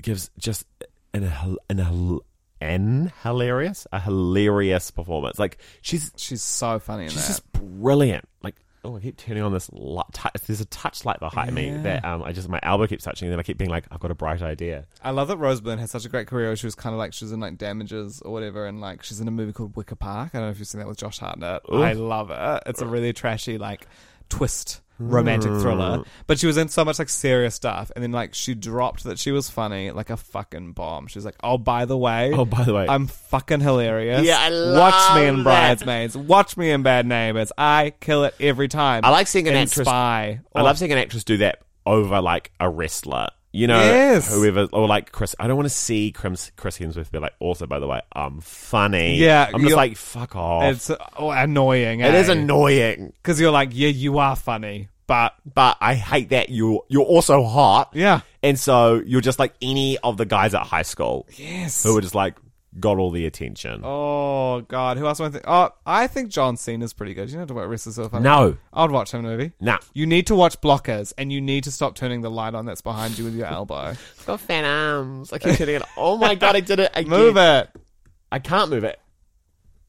B: gives just an hil- an, hil- an hilarious a hilarious performance. Like she's
A: She's so funny in
B: she's
A: that.
B: just brilliant. Like oh, I keep turning on this li- touch. There's a touch light behind me that um, I just my elbow keeps touching, and then I keep being like, I've got a bright idea.
A: I love that Rose Byrne has such a great career. She was kind of like she was in like Damages or whatever, and like she's in a movie called Wicker Park. I don't know if you've seen that with Josh Hartnett. I love it. It's a really trashy like twist
B: Mm.
A: romantic thriller. But she was in so much like serious stuff, and then like she dropped that she was funny like a fucking bomb. She was like, oh by the way,
B: Oh, by the way.
A: I'm fucking hilarious.
B: Yeah, I
A: watch me
B: love
A: in
B: that.
A: Bridesmaids. Watch me in Bad Neighbors. I kill it every time.
B: I like seeing an
A: in
B: actress-
A: Spy.
B: I love seeing an actress do that over like a wrestler. You know,
A: Yes.
B: whoever or like Chris. I don't want to see Chris, Chris Hemsworth be like. Also, by the way, I'm funny.
A: Yeah,
B: I'm just
A: you're-
B: like fuck off.
A: It's oh, annoying.
B: It is
A: eh?
B: annoying,
A: Because you're like, yeah, you are funny, but
B: but I hate that you're you're also hot.
A: yeah,
B: and so you're just like any of the guys at high school
A: yes.
B: who are just like got all the attention.
A: oh God, who else? Am I think? Oh, I think John Cena's pretty good. You don't have to worry about so funny.
B: No,
A: I'd watch him in a movie.
B: no.
A: You need to watch Blockers, and you need to stop turning the light on that's behind you with your elbow.
B: I've got fan arms. I keep hitting it. Oh my god, I did it again.
A: Move it.
B: I can't move it.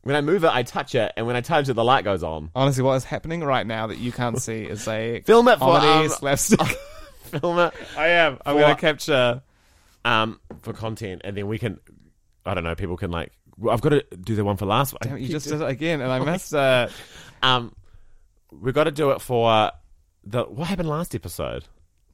B: When I move it, I touch it, and when I touch it, the light goes on.
A: Honestly, what is happening right now that you can't see is a
B: Film it for,
A: comedy
B: um,
A: slapstick.
B: Film it.
A: I am. I'm
B: for-
A: gonna capture.
B: um, for content, and then we can, I don't know, people can like, well, I've got to do the one for last. one.
A: Damn, it, you just did it again, and I missed it.
B: um, we've got to do it for the what happened last episode.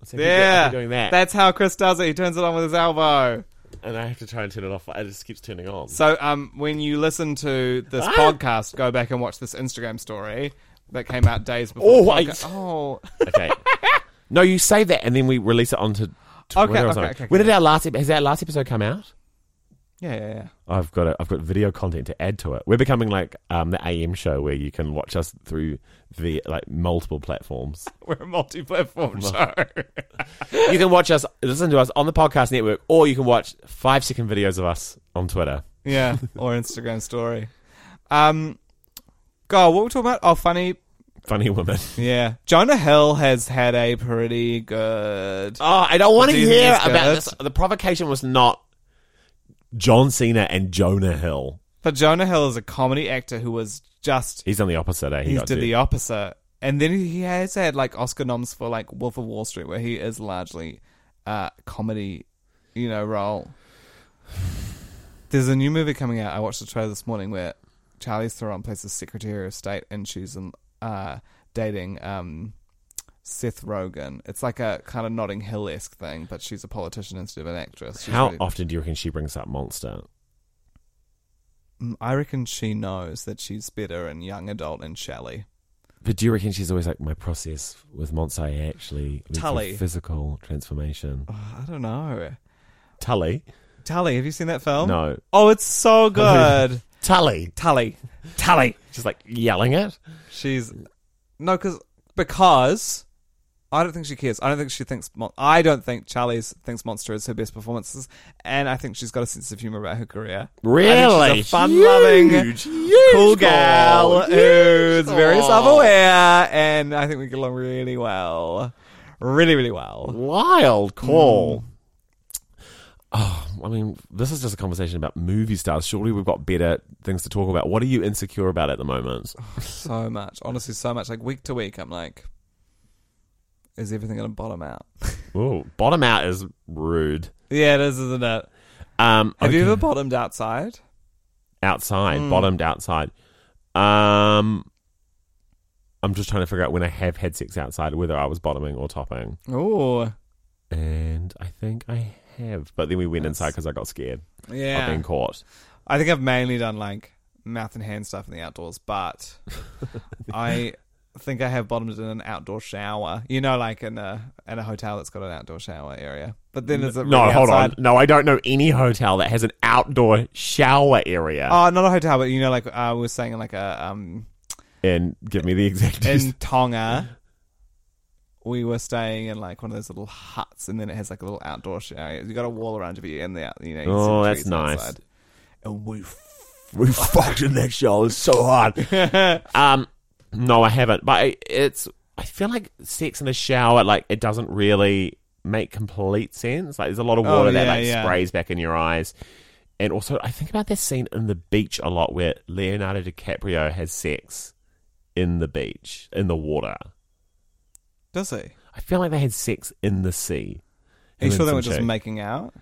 B: Let's see if we get-
A: Yeah,
B: if we're doing that,
A: That's how Chris does it. He turns it on with his elbow.
B: and I have to try and turn it off. It just keeps turning on.
A: So, um, when you listen to this
B: Ah!
A: podcast, go back and watch this Instagram story that came out days before.
B: Oh,
A: the
B: wait.
A: podca- Oh,
B: okay, no, you save that, and then we release it onto Twitter
A: okay,
B: or something.
A: okay,
B: when
A: okay.
B: did our last ep- has our last episode come out?
A: yeah, yeah, yeah.
B: I've got a, I've got video content to add to it. We're becoming like um, the AM show where you can watch us through the like multiple platforms.
A: We're a multi-platform show.
B: you can watch us, listen to us on the podcast network, or you can watch five second videos of us on Twitter.
A: yeah, or Instagram story. Um, God, what were we talking about? Oh, funny.
B: Funny women.
A: Yeah, Jonah Hill has had a pretty good.
B: Oh, I don't want to
A: Do you
B: hear
A: think it's
B: about
A: good?
B: this. The provocation was not John Cena and Jonah Hill.
A: But Jonah Hill is a comedy actor who was just
B: He's on the opposite. Eh? He
A: he
B: got
A: did
B: to.
A: the opposite. And then he has had like Oscar noms for like Wolf of Wall Street, where he is largely uh, comedy, you know, role. There's a new movie coming out. I watched the trailer this morning where Charlize Theron plays the Secretary of State, and she's in, uh, dating um, Seth Rogen. It's like a kind of Notting Hill esque thing, but she's a politician instead of an actress. She's
B: How
A: really-
B: often do you reckon she brings up Monster?
A: Mm, I reckon she knows that she's better in young adult and Shelley.
B: But do you reckon she's always like my process with Monster? I actually went through
A: Tully.
B: physical transformation.
A: Oh, I don't know.
B: Tully,
A: Tully, have you seen that film?
B: no,
A: Oh, it's so good.
B: Tully.
A: Tully. Tully.
B: She's like yelling it.
A: She's no, because because I don't think she cares. I don't think she thinks. Mon- I don't think Charlie's thinks Monster is her best performances, and I think she's got a sense of humor about her career. I
B: Really,
A: think she's a fun-loving,
B: Huge, huge
A: Cool gal
B: girl.
A: who's very
B: girl.
A: self-aware, and I think we get along really well, really, really well.
B: Wild
A: Mm.
B: call. Oh, I mean, this is just a conversation about movie stars. Surely we've got better things to talk about. What are you insecure about at the moment?
A: So much, honestly, so much. Like week to week, I'm like, is everything going to bottom out?
B: Ooh, bottom out is rude.
A: yeah, it is, isn't it?
B: Um,
A: Have you
B: okay.
A: ever Mm. bottomed outside?
B: outside? Bottomed outside. Um, I'm just trying to figure out when I have had sex outside, whether I was bottoming or topping.
A: Oh,
B: And I think I have, but then we went inside because I got scared
A: yeah.
B: of being caught.
A: I think I've mainly done like mouth and hand stuff in the outdoors, but I think I have bottomed in an outdoor shower. You know, like in a in a hotel that's got an outdoor shower area. But then is it
B: No,
A: really
B: hold
A: outside?
B: on. No, I don't know any hotel that has an outdoor shower area.
A: Oh, not a hotel, but you know, like uh, we were saying, in like a um
B: and give me the exact.
A: in Tonga. We were staying in like one of those little uh, huts, and then it has like a little outdoor shower. You got a wall around you, but you're in the out. You know, you can see
B: Oh,
A: the
B: that's
A: trees
B: nice.
A: outside. and we
B: We fucked in that show. It's so hard. um, no, I haven't. But I- it's. I feel like sex in a shower, like it doesn't really make complete sense. Like there's a lot of
A: Oh,
B: water that
A: yeah,
B: like
A: yeah.
B: sprays back in your eyes, and also I think about this scene in the beach a lot where Leonardo DiCaprio has sex in the beach in the water.
A: does he? Are
B: I feel like they had sex in the sea.
A: you
B: Him
A: sure
B: and
A: they
B: some
A: were just
B: chick.
A: making out?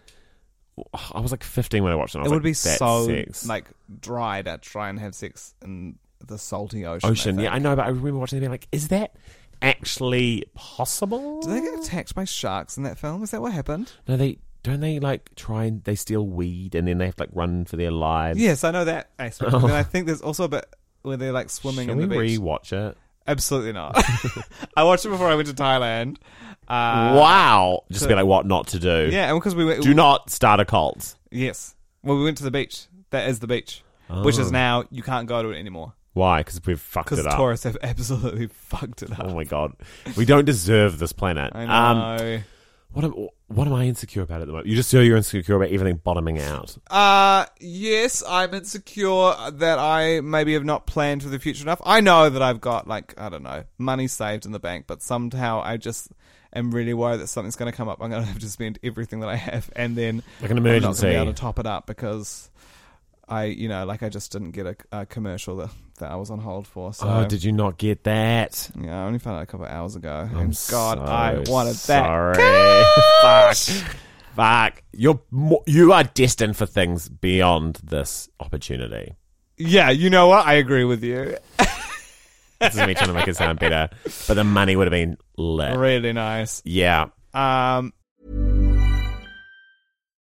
B: I was like 15 when I watched it. and I
A: It
B: was
A: would be
B: like, "That's
A: so
B: sex.
A: like dry to try and have sex in the salty ocean. I
B: ocean. Yeah,
A: think.
B: I know, but I remember watching it being like, is that actually possible?
A: Did they get attacked by sharks in that film? Is that what happened?
B: No, they don't. They like try and they steal weed and then they have to like run for their lives.
A: Yes, I know that aspect. And I think there's also a bit where they're like swimming
B: Oh. Shall
A: in the
B: we
A: beach.
B: rewatch it?
A: Absolutely not. I watched it before I went to Thailand. Uh,
B: wow, just be like what not to do.
A: Yeah, and because we went,
B: do not start a cult.
A: Yes. Well, we went to the beach. That is the beach, which is now you can't go to it anymore
B: Why? Because we've fucked
A: because
B: it Oh. up.
A: tourists have absolutely fucked it
B: Oh
A: up.
B: my god, we don't deserve this planet.
A: I
B: Um,
A: know.
B: what am what am I insecure about at the moment? You just know you're insecure about everything bottoming out.
A: Uh, yes, I'm insecure that I maybe have not planned for the future enough. I know that I've got, like, I don't know, money saved in the bank, but somehow I just am really worried that something's going to come up. I'm going to have to spend everything that I have and then
B: Like an
A: I'm not
B: emergency.
A: going to be able to top it up because I, you know, like I just didn't get a, a commercial that, that I was on hold for. So.
B: Oh, did you not get that?
A: Yeah, I only found out a couple of hours ago.
B: I'm
A: and God,
B: so
A: I wanted
B: sorry.
A: that.
B: Fuck. Fuck. You're mo- you are destined for things beyond this opportunity.
A: Yeah, you know what? I agree with you.
B: This is me trying to make it sound better, but the money would have been lit.
A: Really nice.
B: Yeah.
A: Um,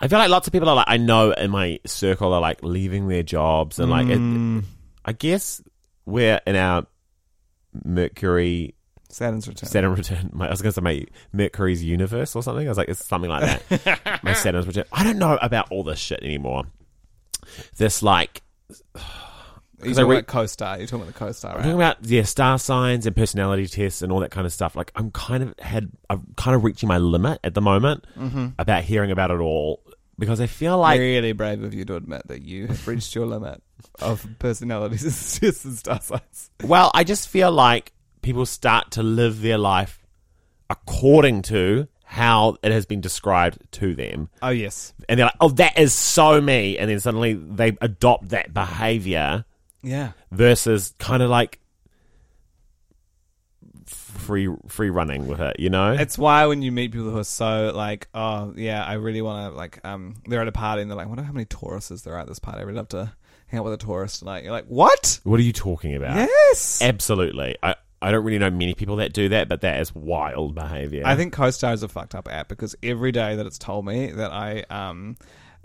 B: I feel like lots of people are like I know in my circle are like leaving their jobs and like it, I guess we're in our Mercury
A: Saturn's return.
B: Saturn return. My, I was going to say my Mercury's universe or something. I was like, it's something like that. my Saturn's return. I don't know about all this shit anymore. This like
A: You're
B: 'cause I
A: talking
B: re-
A: about co-star. You're talking about the co-star,
B: I'm
A: right?
B: talking about yeah star signs and personality tests and all that kind of stuff. Like I'm kind of had I'm kind of reaching my limit at the moment about hearing about it all because I feel like
A: really brave of you to admit that you have reached your limit of personalities and star signs.
B: Well, I just feel like people start to live their life according to how it has been described to them.
A: Oh, yes.
B: And they're like, oh, that is so me. And then suddenly they adopt that behavior
A: Yeah.
B: versus kind of like free free running with it, you know?
A: It's why when you meet people who are so like, oh yeah, I really want to like, um, they're at a party and they're like, I wonder how many Tauruses there are at this party. I would love to hang out with a Taurus tonight. You're like, what?
B: what are you talking about?
A: Yes.
B: Absolutely. I, I don't really know many people that do that, but that is wild behavior.
A: I think CoStar is a fucked up app because every day that it's told me that I um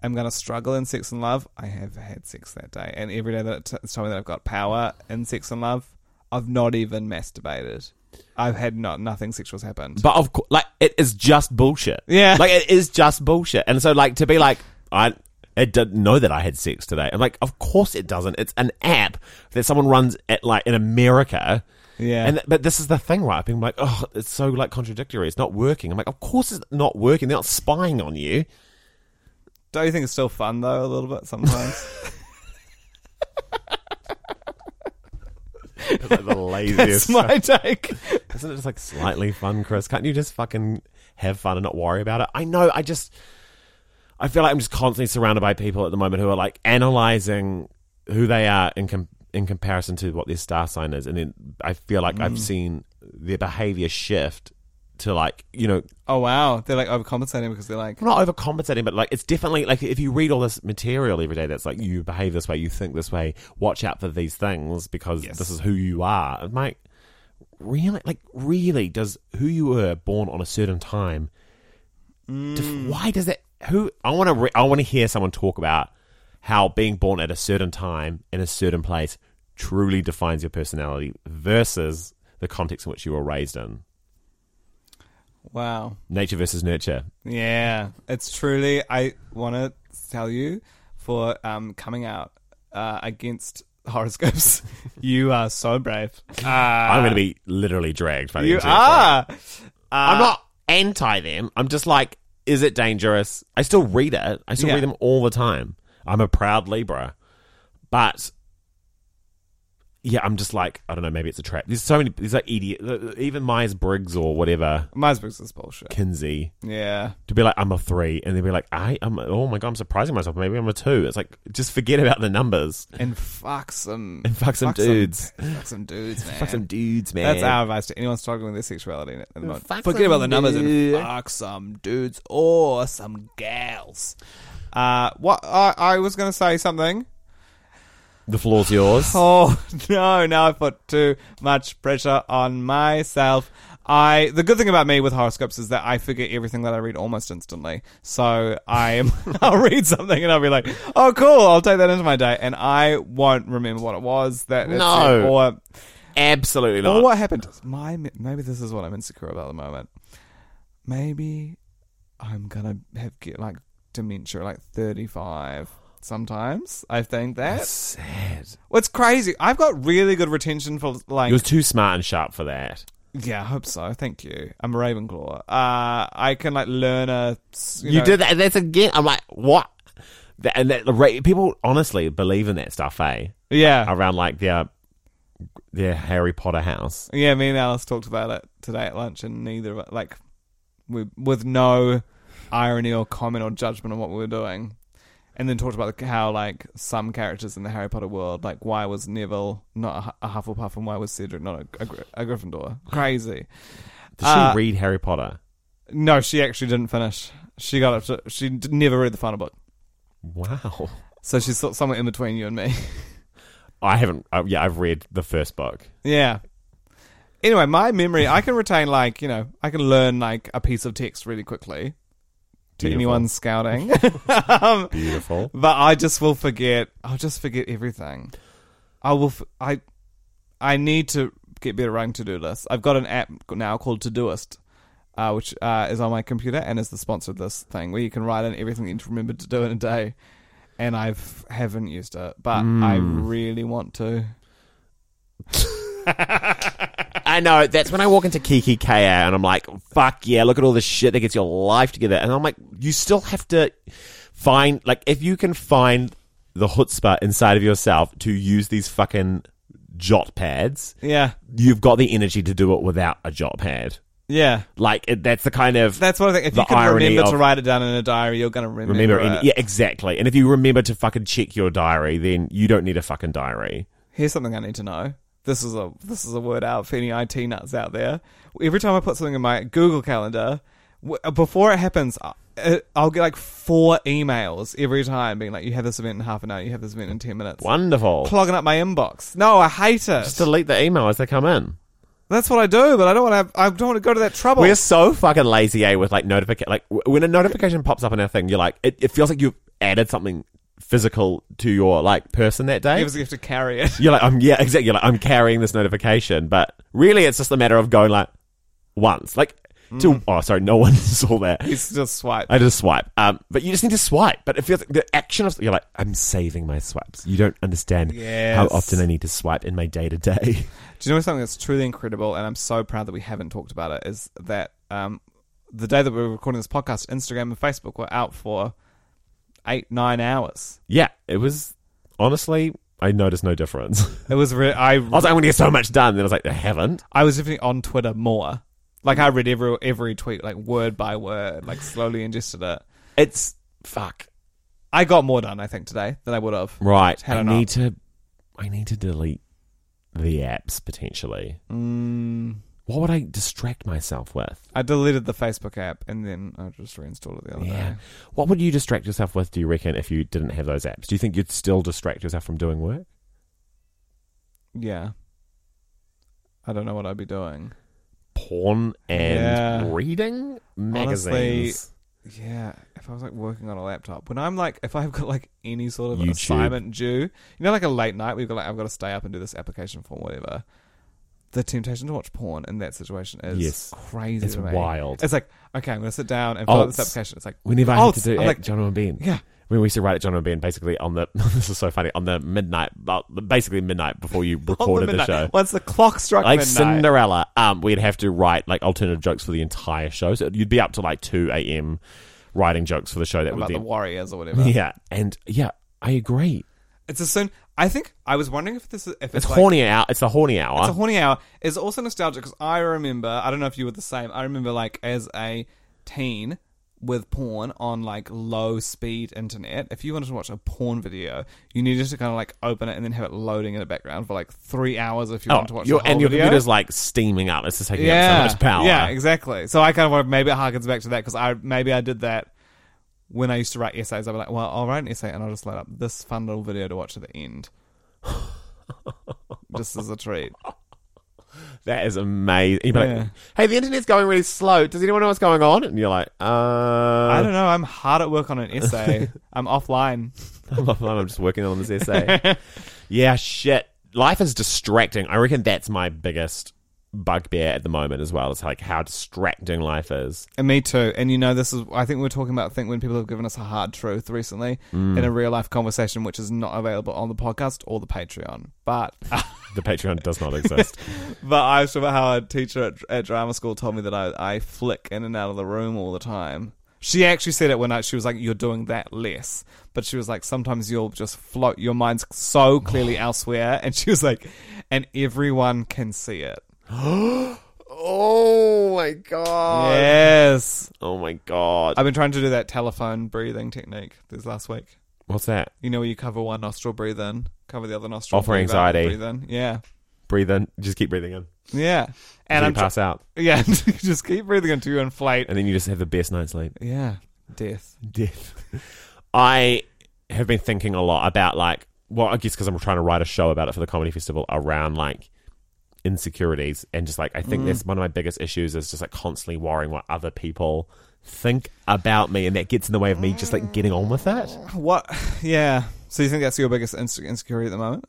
A: am going to struggle in sex and love, I have had sex that day, and every day that it t- it's told me that I've got power in sex and love, I've not even masturbated. I've had not nothing sexual's happened.
B: But of course, like it is just bullshit.
A: Yeah.
B: like it is just bullshit. And so, like to be like, I it didn't know that I had sex today. I'm like, of course it doesn't. It's an app that someone runs at like in America.
A: Yeah.
B: And th- but this is the thing, right? People are like, oh, it's so like contradictory. It's not working. I'm like, of course it's not working. They're not spying on you.
A: Don't you think it's still fun though, a little bit sometimes?
B: It's like the laziest.
A: That's my take.
B: Isn't it just like slightly fun, Chris? Can't you just fucking have fun and not worry about it? I know. I just, I feel like I'm just constantly surrounded by people at the moment who are like analyzing who they are in com- in comparison to what their star sign is, and then I feel like I've seen their behavior shift to like you know
A: Oh wow, they're like overcompensating because they're like,
B: not overcompensating, but like it's definitely like if you read all this material every day that's like you behave this way, you think this way, watch out for these things because this is who you are. I'm like, really, like really, does who you were born on a certain time? def- why does that who I want to re- I want to hear someone talk about how being born at a certain time in a certain place truly defines your personality versus the context in which you were raised in.
A: Wow.
B: Nature versus nurture.
A: Yeah, it's truly. I want to tell you for um, coming out uh, against horoscopes. you are so brave. Uh,
B: I'm going to be literally dragged by the
A: you
B: internet for it.
A: are.
B: I'm not anti them. I'm just like, is it dangerous? I still read it. I still
A: Yeah.
B: read them all the time. I'm a proud Libra, but yeah, I'm just like, I don't know. Maybe it's a trap. There's so many. There's like idiot. uh, Even Myers Briggs or whatever
A: Myers Briggs is bullshit.
B: Kinsey
A: Yeah.
B: to be like, I'm a three, and then be like, I am. Oh my god, I'm surprising myself. Maybe I'm a two. It's like just forget about the numbers.
A: And fuck some.
B: And fuck some dudes.
A: fuck some dudes, man.
B: Fuck some dudes, man.
A: That's our advice to anyone struggling with their sexuality at the moment.
B: fuck
A: Forget about the
B: some
A: numbers
B: dude.
A: and fuck some dudes or some gals. Uh, what I, I was going to say something.
B: the floor's yours.
A: Oh no! Now I put too much pressure on myself. I the good thing about me with horoscopes is that I forget everything that I read almost instantly. So I am I'll read something and I'll be like, oh cool, I'll take that into my day, and I won't remember what it was that it
B: No.
A: said or
B: Absolutely
A: or
B: not.
A: what happened. My maybe this is what I'm insecure about at the moment. Maybe I'm gonna have get like dementia at like 35. Sometimes I think that
B: Sad.
A: What's crazy? I've got really good retention for like.
B: You're too smart and sharp for that.
A: yeah, I hope so. Thank you. I'm a Ravenclaw. Uh, I can like learn a. s- You,
B: You
A: know-
B: did that. That's again. I'm like, what? That, and that the ra- people honestly believe in that stuff, eh?
A: Yeah,
B: Around like their their Harry Potter house.
A: yeah. Me and Alice talked about it today at lunch, and neither of us like we, with no irony or comment or judgment on what we were doing, and then talked about how like some characters in the Harry Potter world, like why was Neville not a, Hu- a Hufflepuff and why was Cedric not a, a, Gry- a Gryffindor? Crazy.
B: Did
A: Uh,
B: she read Harry Potter?
A: No, she actually didn't finish. She got up to. She d- never read the final book.
B: Wow.
A: So she's sort of somewhere in between you and me.
B: I haven't. Uh, yeah, I've read the first book.
A: yeah. Anyway, my memory, I can retain like you know, I can learn like a piece of text really quickly to
B: Beautiful.
A: anyone scouting. um,
B: Beautiful.
A: but I just will forget. I'll just forget everything. I will. F- I. I need to get better at writing to do lists. I've got an app now called Todoist, uh, which uh, is on my computer and is the sponsor of this thing, where you can write in everything that you've remembered to do in a day. And I haven't used it, but I really want to.
B: I know. That's when I walk into Kiki KA and I'm like, fuck yeah, look at all this shit that gets your life together. And I'm like, you still have to find, like, if you can find the chutzpah inside of yourself to use these fucking jot pads,
A: Yeah,
B: you've got the energy to do it without a jot pad.
A: yeah.
B: Like, it, that's the kind of.
A: That's what I think. If you
B: The
A: can
B: irony
A: remember to
B: of-
A: write it down in a diary, you're going to remember.
B: Remember,
A: it.
B: any, yeah, exactly. And if you remember to fucking check your diary, then you don't need a fucking diary.
A: here's something I need to know. This is a this is a word out for any IT nuts out there. Every time I put something in my Google Calendar, w- uh, before it happens, I- uh, I'll get like four emails every time, being like, "You have this event in half an hour. You have this event in ten minutes."
B: Wonderful.
A: Clogging up my inbox. No, I hate it.
B: Just delete the email as they come in.
A: That's what I do, but I don't want to. I don't want to go to that trouble.
B: We're so fucking lazy, eh? With like notification, like w- when a notification pops up in our thing, you're like, it, it feels like you've added something physical to your like person that day.
A: You have to carry it.
B: You're like, I'm yeah, exactly. You're like, I'm carrying this notification, but really, it's just a matter of going like once, like to.
A: Mm.
B: Oh, sorry, no one saw that.
A: It's just swipe.
B: I just swipe, um, but you just need to swipe. But it feels like the action of you're like, I'm saving my swipes. You don't understand how
A: Yes.
B: often I need to swipe in my day to day.
A: Do you know something that's truly incredible, and I'm so proud that we haven't talked about it, is that um, the day that we were recording this podcast, Instagram and Facebook were out for eight, nine hours.
B: Yeah, it was honestly, I noticed no difference.
A: It was re- I
B: I was like, I'm going to get so much done. Then I was like, I haven't.
A: I was definitely on Twitter more. Like I read every every tweet, like word by word, like slowly ingested it.
B: It's fuck.
A: I got more done, I think, today than I would have.
B: Right.
A: Had
B: I
A: enough.
B: need to. I need to delete the apps potentially.
A: Mm,
B: What would I distract myself with?
A: I deleted the Facebook app and then I just reinstalled it the other
B: Yeah.
A: day.
B: What would you distract yourself with? Do you reckon if you didn't have those apps? Do you think you'd still distract yourself from doing work?
A: Yeah, I don't know what I'd be doing.
B: Porn and
A: Yeah.
B: reading magazines.
A: Yeah, if I was like working on a laptop, when I'm like, if I've got like any sort of
B: YouTube.
A: assignment due, you know, like a late night, we've got like I've got to stay up and do this application form, whatever. The temptation to watch porn in that situation is
B: Yes.
A: crazy.
B: It's
A: to me.
B: wild.
A: It's like okay, I'm gonna sit down and fill out this
B: Alts.
A: application. It's like
B: Whenever I had to
A: alts.
B: do
A: I'm
B: at
A: like,
B: Oh, John and Ben.
A: Yeah.
B: When we used to write at John and Ben, basically on the this is so funny on the midnight, well, basically midnight before you
A: on the
B: recorded the,
A: midnight.
B: show.
A: Once the clock struck
B: Like
A: midnight,
B: Cinderella, um, we'd have to write like alternative jokes for the entire show. So you'd be up to like two a.m. writing jokes for the show. That
A: about
B: would
A: the
B: then
A: Warriors or whatever.
B: yeah, and yeah, I agree.
A: It's a soon. I think I was wondering if this is if it's,
B: It's
A: like,
B: horny hour. It's the horny hour.
A: It's a horny hour. It's also nostalgic because I remember. I don't know if you were the same. I remember like as a teen with porn on like low speed internet. If you wanted to watch a porn video, you needed to kind of like open it and then have it loading in the background for like three hours if you wanted to watch.
B: Oh, your-
A: the whole
B: and your
A: video.
B: computer's like steaming up. It's just taking
A: yeah,
B: up so much power.
A: Yeah, exactly. So I kind of want maybe it harkens back to that because I maybe I did that. When I used to write essays, I'd be like, "Well, I'll write an essay and I'll just load up this fun little video to watch at the end, just as a treat."
B: That is amazing. You'd be like,
A: Yeah.
B: hey, the internet's going really slow. Does anyone know what's going on? And you're like, uh,
A: I
B: I
A: don't know. I'm hard at work on an essay. I'm offline.
B: I'm, I'm just working on this essay. yeah, shit. Life is distracting. I reckon that's my biggest bugbear at the moment as well. It's like how distracting life is.
A: And me too. And you know, this is. I think we we're talking about think when people have given us a hard truth recently in a real life conversation, which is not available on the podcast or the Patreon. But
B: The Patreon does not exist.
A: but I was talking about how a teacher at, at drama school told me that I I flick in and out of the room all the time. She actually said it when I, she was like, "You're doing that less," but she was like, "Sometimes you'll just float. Your mind's so clearly elsewhere." And she was like, "And everyone can see it."
B: oh my god.
A: Yes.
B: Oh my god.
A: I've been trying to do that telephone breathing technique this last week.
B: What's that?
A: You know, where you cover one nostril, breathe in, cover the other nostril,
B: Oh, for
A: breathe out,
B: anxiety.
A: breathe in. Yeah,
B: Breathe in. Just keep breathing in.
A: yeah. And
B: And
A: I'm
B: you pass out.
A: yeah. just keep breathing until you inflate.
B: And then you just have the best night's sleep.
A: Yeah, death.
B: death. I have been thinking a lot about like, well, I guess because I'm trying to write a show about it for the comedy festival around like insecurities and just like I think that's one of my biggest issues is just like constantly worrying what other people think about me and that gets in the way of me just like getting on with it.
A: What? Yeah. So you think that's your biggest inse- insecurity at the moment?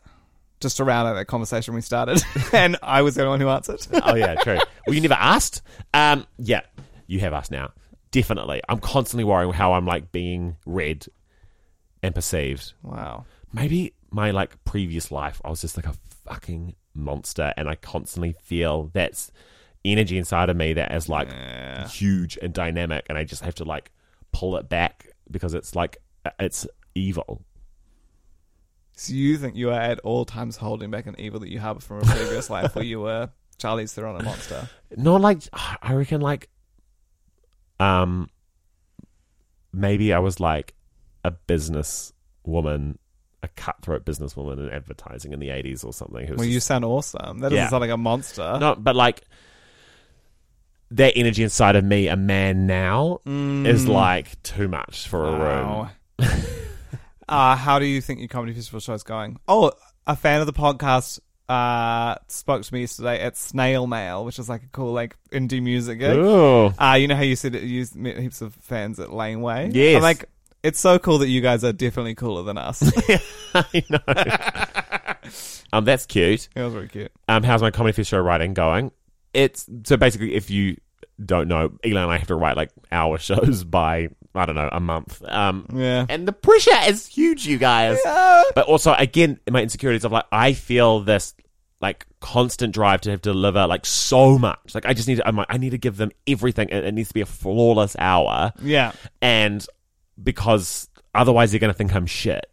A: Just around that conversation we started, and I was the only one who answered.
B: oh yeah, true. Well, you never asked. Um, yeah, you have asked now. Definitely, I'm constantly worrying how I'm like being read and perceived.
A: wow.
B: maybe my like previous life I was just like a fucking monster and I constantly feel that's energy inside of me that is like huge and dynamic and I just have to like pull it back because it's like uh, it's evil.
A: So you think you are at all times holding back an evil that you harbor from a previous life, where you were Charlie's Theron, a monster?
B: Not like I reckon like um maybe I was like a business woman a cutthroat businesswoman in advertising in the 80s or something who was
A: Well,
B: just-
A: you sound awesome. That doesn't
B: Yeah.
A: sound like a monster.
B: No, but like that energy inside of me, a man now, is like too much for a room.
A: uh, how do you think your comedy festival show is going? Oh, a fan of the podcast uh, spoke to me yesterday at Snail Mail, which is like a cool like indie music gig.
B: Ooh.
A: Uh, you know how you said it, you met heaps of fans at Laneway.
B: Yes.
A: I'm like, it's so cool that you guys are definitely cooler than us. it
B: I know. um, that's cute.
A: was really cute.
B: Um, how's my comedy fest show writing going? It's so basically, if you don't know, Elon and I have to write like hour shows by I don't know a month. Um,
A: Yeah.
B: and the pressure is huge, you guys. But also, again, my insecurities of like I feel this like constant drive to have to deliver like so much. Like I just need to, I'm like, I need to give them everything. It, it needs to be a flawless hour,
A: Yeah.
B: and because otherwise they're gonna think I'm shit.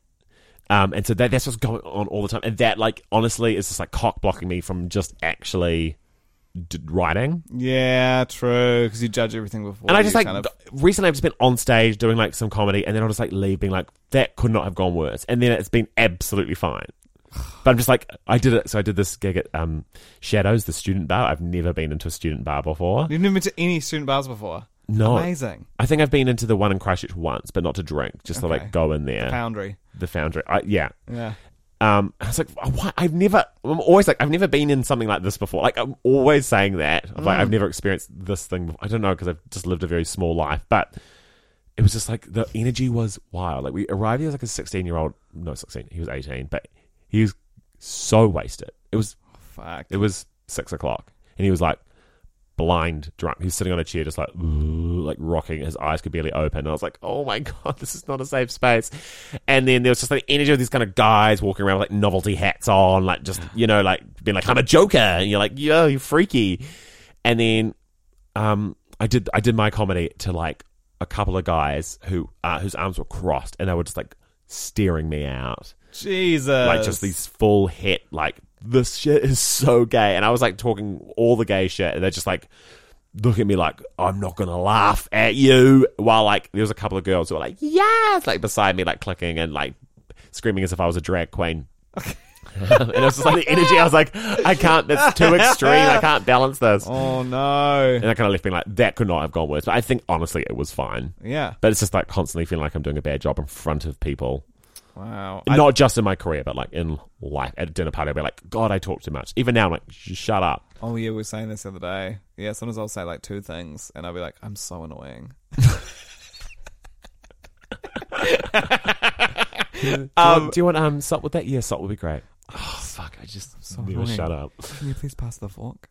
B: Um, and so that that's what's going on all the time, and that like honestly is just like cock blocking me from just actually d- writing.
A: Yeah, true. Because you judge everything before.
B: And I just
A: you
B: like
A: kind of-
B: th- recently, I've just been on stage doing like some comedy, and then I'll just like leave, being like, that could not have gone worse, and then it's been absolutely fine. But I'm just like, I did it. So I did this gig at um, Shadows, the student bar. I've never been into a student bar before.
A: You've never been to any student bars before.
B: No,
A: Amazing.
B: I think I've been into the one in Christchurch once, but not to drink, just to
A: Okay.
B: like go in there.
A: Foundry.
B: The Foundry, I, yeah.
A: Yeah.
B: Um, I was like, why? I've never. I'm always like, I've never been in something like this before. Like, I'm always saying that. I'm like, I've never experienced this thing. Before. I don't know because I've just lived a very small life. But it was just like the energy was wild. Like we arrived, he was like a sixteen year old, no sixteen, he was eighteen, but he was so wasted. It was
A: Fuck.
B: it was six o'clock, and he was like blind drunk. He was sitting on a chair, just like like rocking. His eyes could barely open. And I was like, "Oh my god, this is not a safe space." And then there was just like the energy of these kind of guys walking around with like novelty hats on, like just you know, like being like, "I'm a Joker," and you're like, "Yo, you're freaky." And then um, I did I did my comedy to like a couple of guys who uh, whose arms were crossed, and they were just like staring me out
A: Jesus.
B: like just these full hit like this shit is so gay and i was like talking all the gay shit and they're just like look at me like i'm not gonna laugh at you while like there was a couple of girls who were like yes like beside me like clicking and like screaming as if i was a drag queen and it was just like the energy i was like i can't that's too extreme i can't balance this
A: Oh no.
B: and i kind of left being like that could not have gone worse but i think honestly it was fine
A: Yeah.
B: but it's just like constantly feeling like i'm doing a bad job in front of people
A: Wow. I-
B: not just in my career, but like in life at a dinner party, I'll be like, God, I talk too much. Even now, I'm like, "Sh- shut up.
A: oh yeah, we were saying this the other day. Yeah, sometimes I'll say like two things, and I'll be like, I'm so annoying.
B: Um, do you want um salt with that? Yeah, salt would be great. Oh fuck, I just
A: so
B: never
A: annoying.
B: shut up.
A: Can you please pass the fork?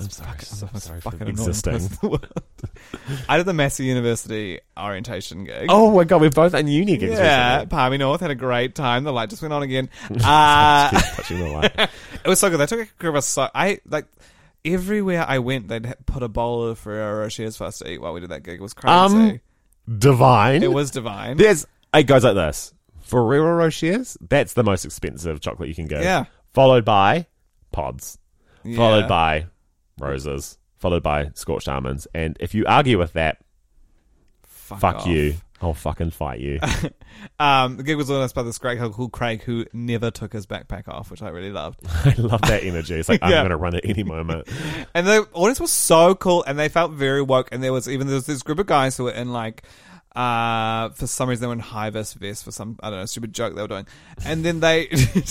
A: I'm sorry. I'm sorry. Fucking, I'm the most
B: sorry for
A: fucking annoying person
B: existing.
A: in the world. I did the Massey University orientation gig.
B: Oh my god, we're both in uni gigs.
A: yeah,
B: recently.
A: Palmy North had a great time. The light just went on again. Uh,
B: Keep touching the light.
A: it was so good. They took a care of us. So I like everywhere I went, they'd ha- put a bowl of Ferrero Rochers for us to eat while we did that gig. It was crazy.
B: Um, Divine.
A: it was divine.
B: There's it goes like this. Ferrero Rochers. That's the most expensive chocolate you can get.
A: Yeah.
B: Followed by pods.
A: Yeah.
B: Followed by roses. Followed by scorched almonds. And if you argue with that, fuck
A: off.
B: you. I'll fucking fight you.
A: Um, the gig was organized by this great guy called Craig, who never took his backpack off, which I really loved.
B: I love that energy. It's like I'm
A: Yeah.
B: going to run at any moment.
A: And the audience was so cool, and they felt very woke. And there was even there was this group of guys who were in like, uh, for some reason they were in high vest vests for some I don't know stupid joke they were doing, and then they,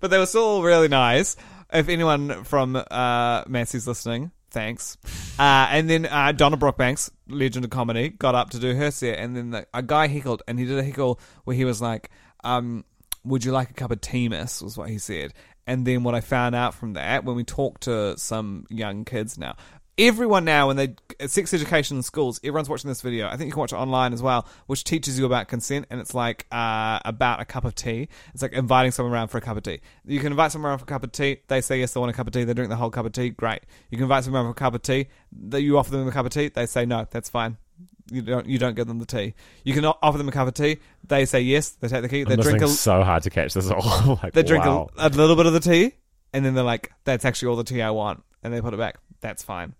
A: but they were still really nice. If anyone from uh, Massey's listening, thanks. Uh, and then uh, Donna Brockbanks, legend of comedy, got up to do her set, and then the, a guy heckled, and he did a heckle where he was like, um, "Would you like a cup of tea, miss?" was what he said. And then what I found out from that, when we talked to some young kids now, everyone now when they at sex education in schools, everyone's watching this video. I think you can watch it online as well, which teaches you about consent, and it's like uh, about a cup of tea. It's like inviting someone around for a cup of tea. You can invite someone around for a cup of tea. They say yes, they want a cup of tea. They drink the whole cup of tea. Great. You can invite someone around for a cup of tea. That you offer them a cup of tea. They say no. That's fine. You don't. You don't give them the tea. You can o- offer them a cup of tea. They say yes. They take the key. They
B: I'm
A: drink
B: listening
A: a
B: so hard to catch this all. like,
A: they drink
B: wow.
A: a, a little bit of the tea, and then they're like, "That's actually all the tea I want," and they put it back. That's fine.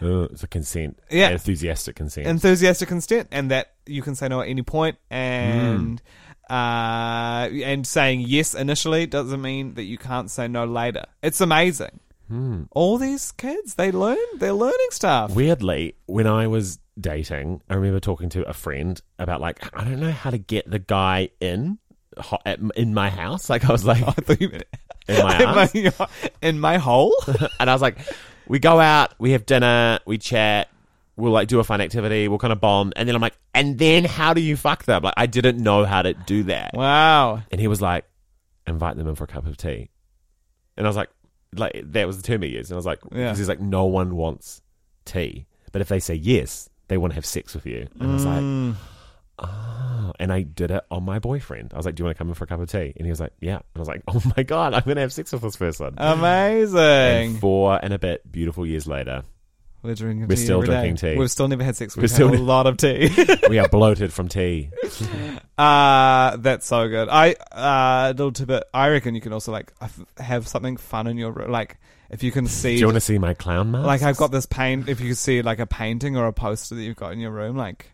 B: Ugh, it's a consent.
A: Yeah.
B: enthusiastic consent.
A: Enthusiastic consent, and that you can say no at any point,
B: Mm.
A: and uh, and saying yes initially doesn't mean that you can't say no later. It's amazing.
B: Hmm.
A: All these kids, they learn. They're learning stuff.
B: Weirdly, when I was dating, I remember talking to a friend about like I don't know how to get the guy in ho- at, in my house. Like I was like
A: I thought you meant
B: in my
A: in
B: house,
A: my, in my hole.
B: and I was like, we go out, we have dinner, we chat. We'll like do a fun activity. We'll kind of bond, and then I'm like, and then how do you fuck them? Like I didn't know how to do that.
A: wow.
B: And he was like, invite them in for a cup of tea. And I was like, like that was the term he used. And I was like,
A: Yeah.
B: because he's like, no one wants tea. But if they say yes, they want to have sex with you. And I was
A: Mm.
B: like, oh. And I did it on my boyfriend. I was like, do you want to come in for a cup of tea? And he was like, yeah. And I was like, oh my God, I'm going to have sex with this person.
A: Amazing.
B: and four and a bit beautiful years later,
A: We're drinking.
B: We're
A: tea
B: still
A: every day.
B: drinking tea.
A: We've still never had sex. We've,
B: still
A: had
B: ne-
A: a lot of tea.
B: we are bloated from tea.
A: Uh, that's so good. I uh, little tidbit. I reckon you can also like f- have something fun in your room. Like if you can see,
B: Do you want to see my clown mask?
A: like I've got this paint. If you can see like a painting or a poster that you've got in your room, like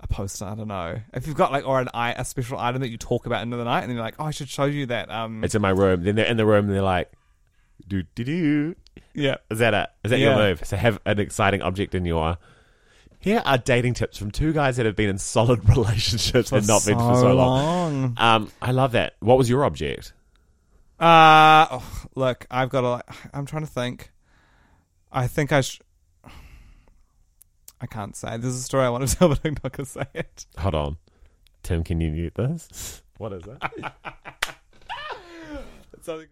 A: a poster. I don't know. If you've got like or an i a special item that you talk about into the night, and then you're like, oh, I should show you that. Um,
B: It's in my room. Then they're in the room and they're like, do, do, do.
A: yeah.
B: Is that it? Is that
A: Yeah.
B: your move? So have an exciting object in your. Here are dating tips from two guys that have been in solid relationships and not been for so long. Um, I love that. What was your object?
A: Uh, oh, look, I've got a. I'm trying to think. I think I. Sh- I can't say. There's a story I want to tell, but I'm not gonna say it.
B: Hold on. Tim, can you mute this? What is it?
A: It's something-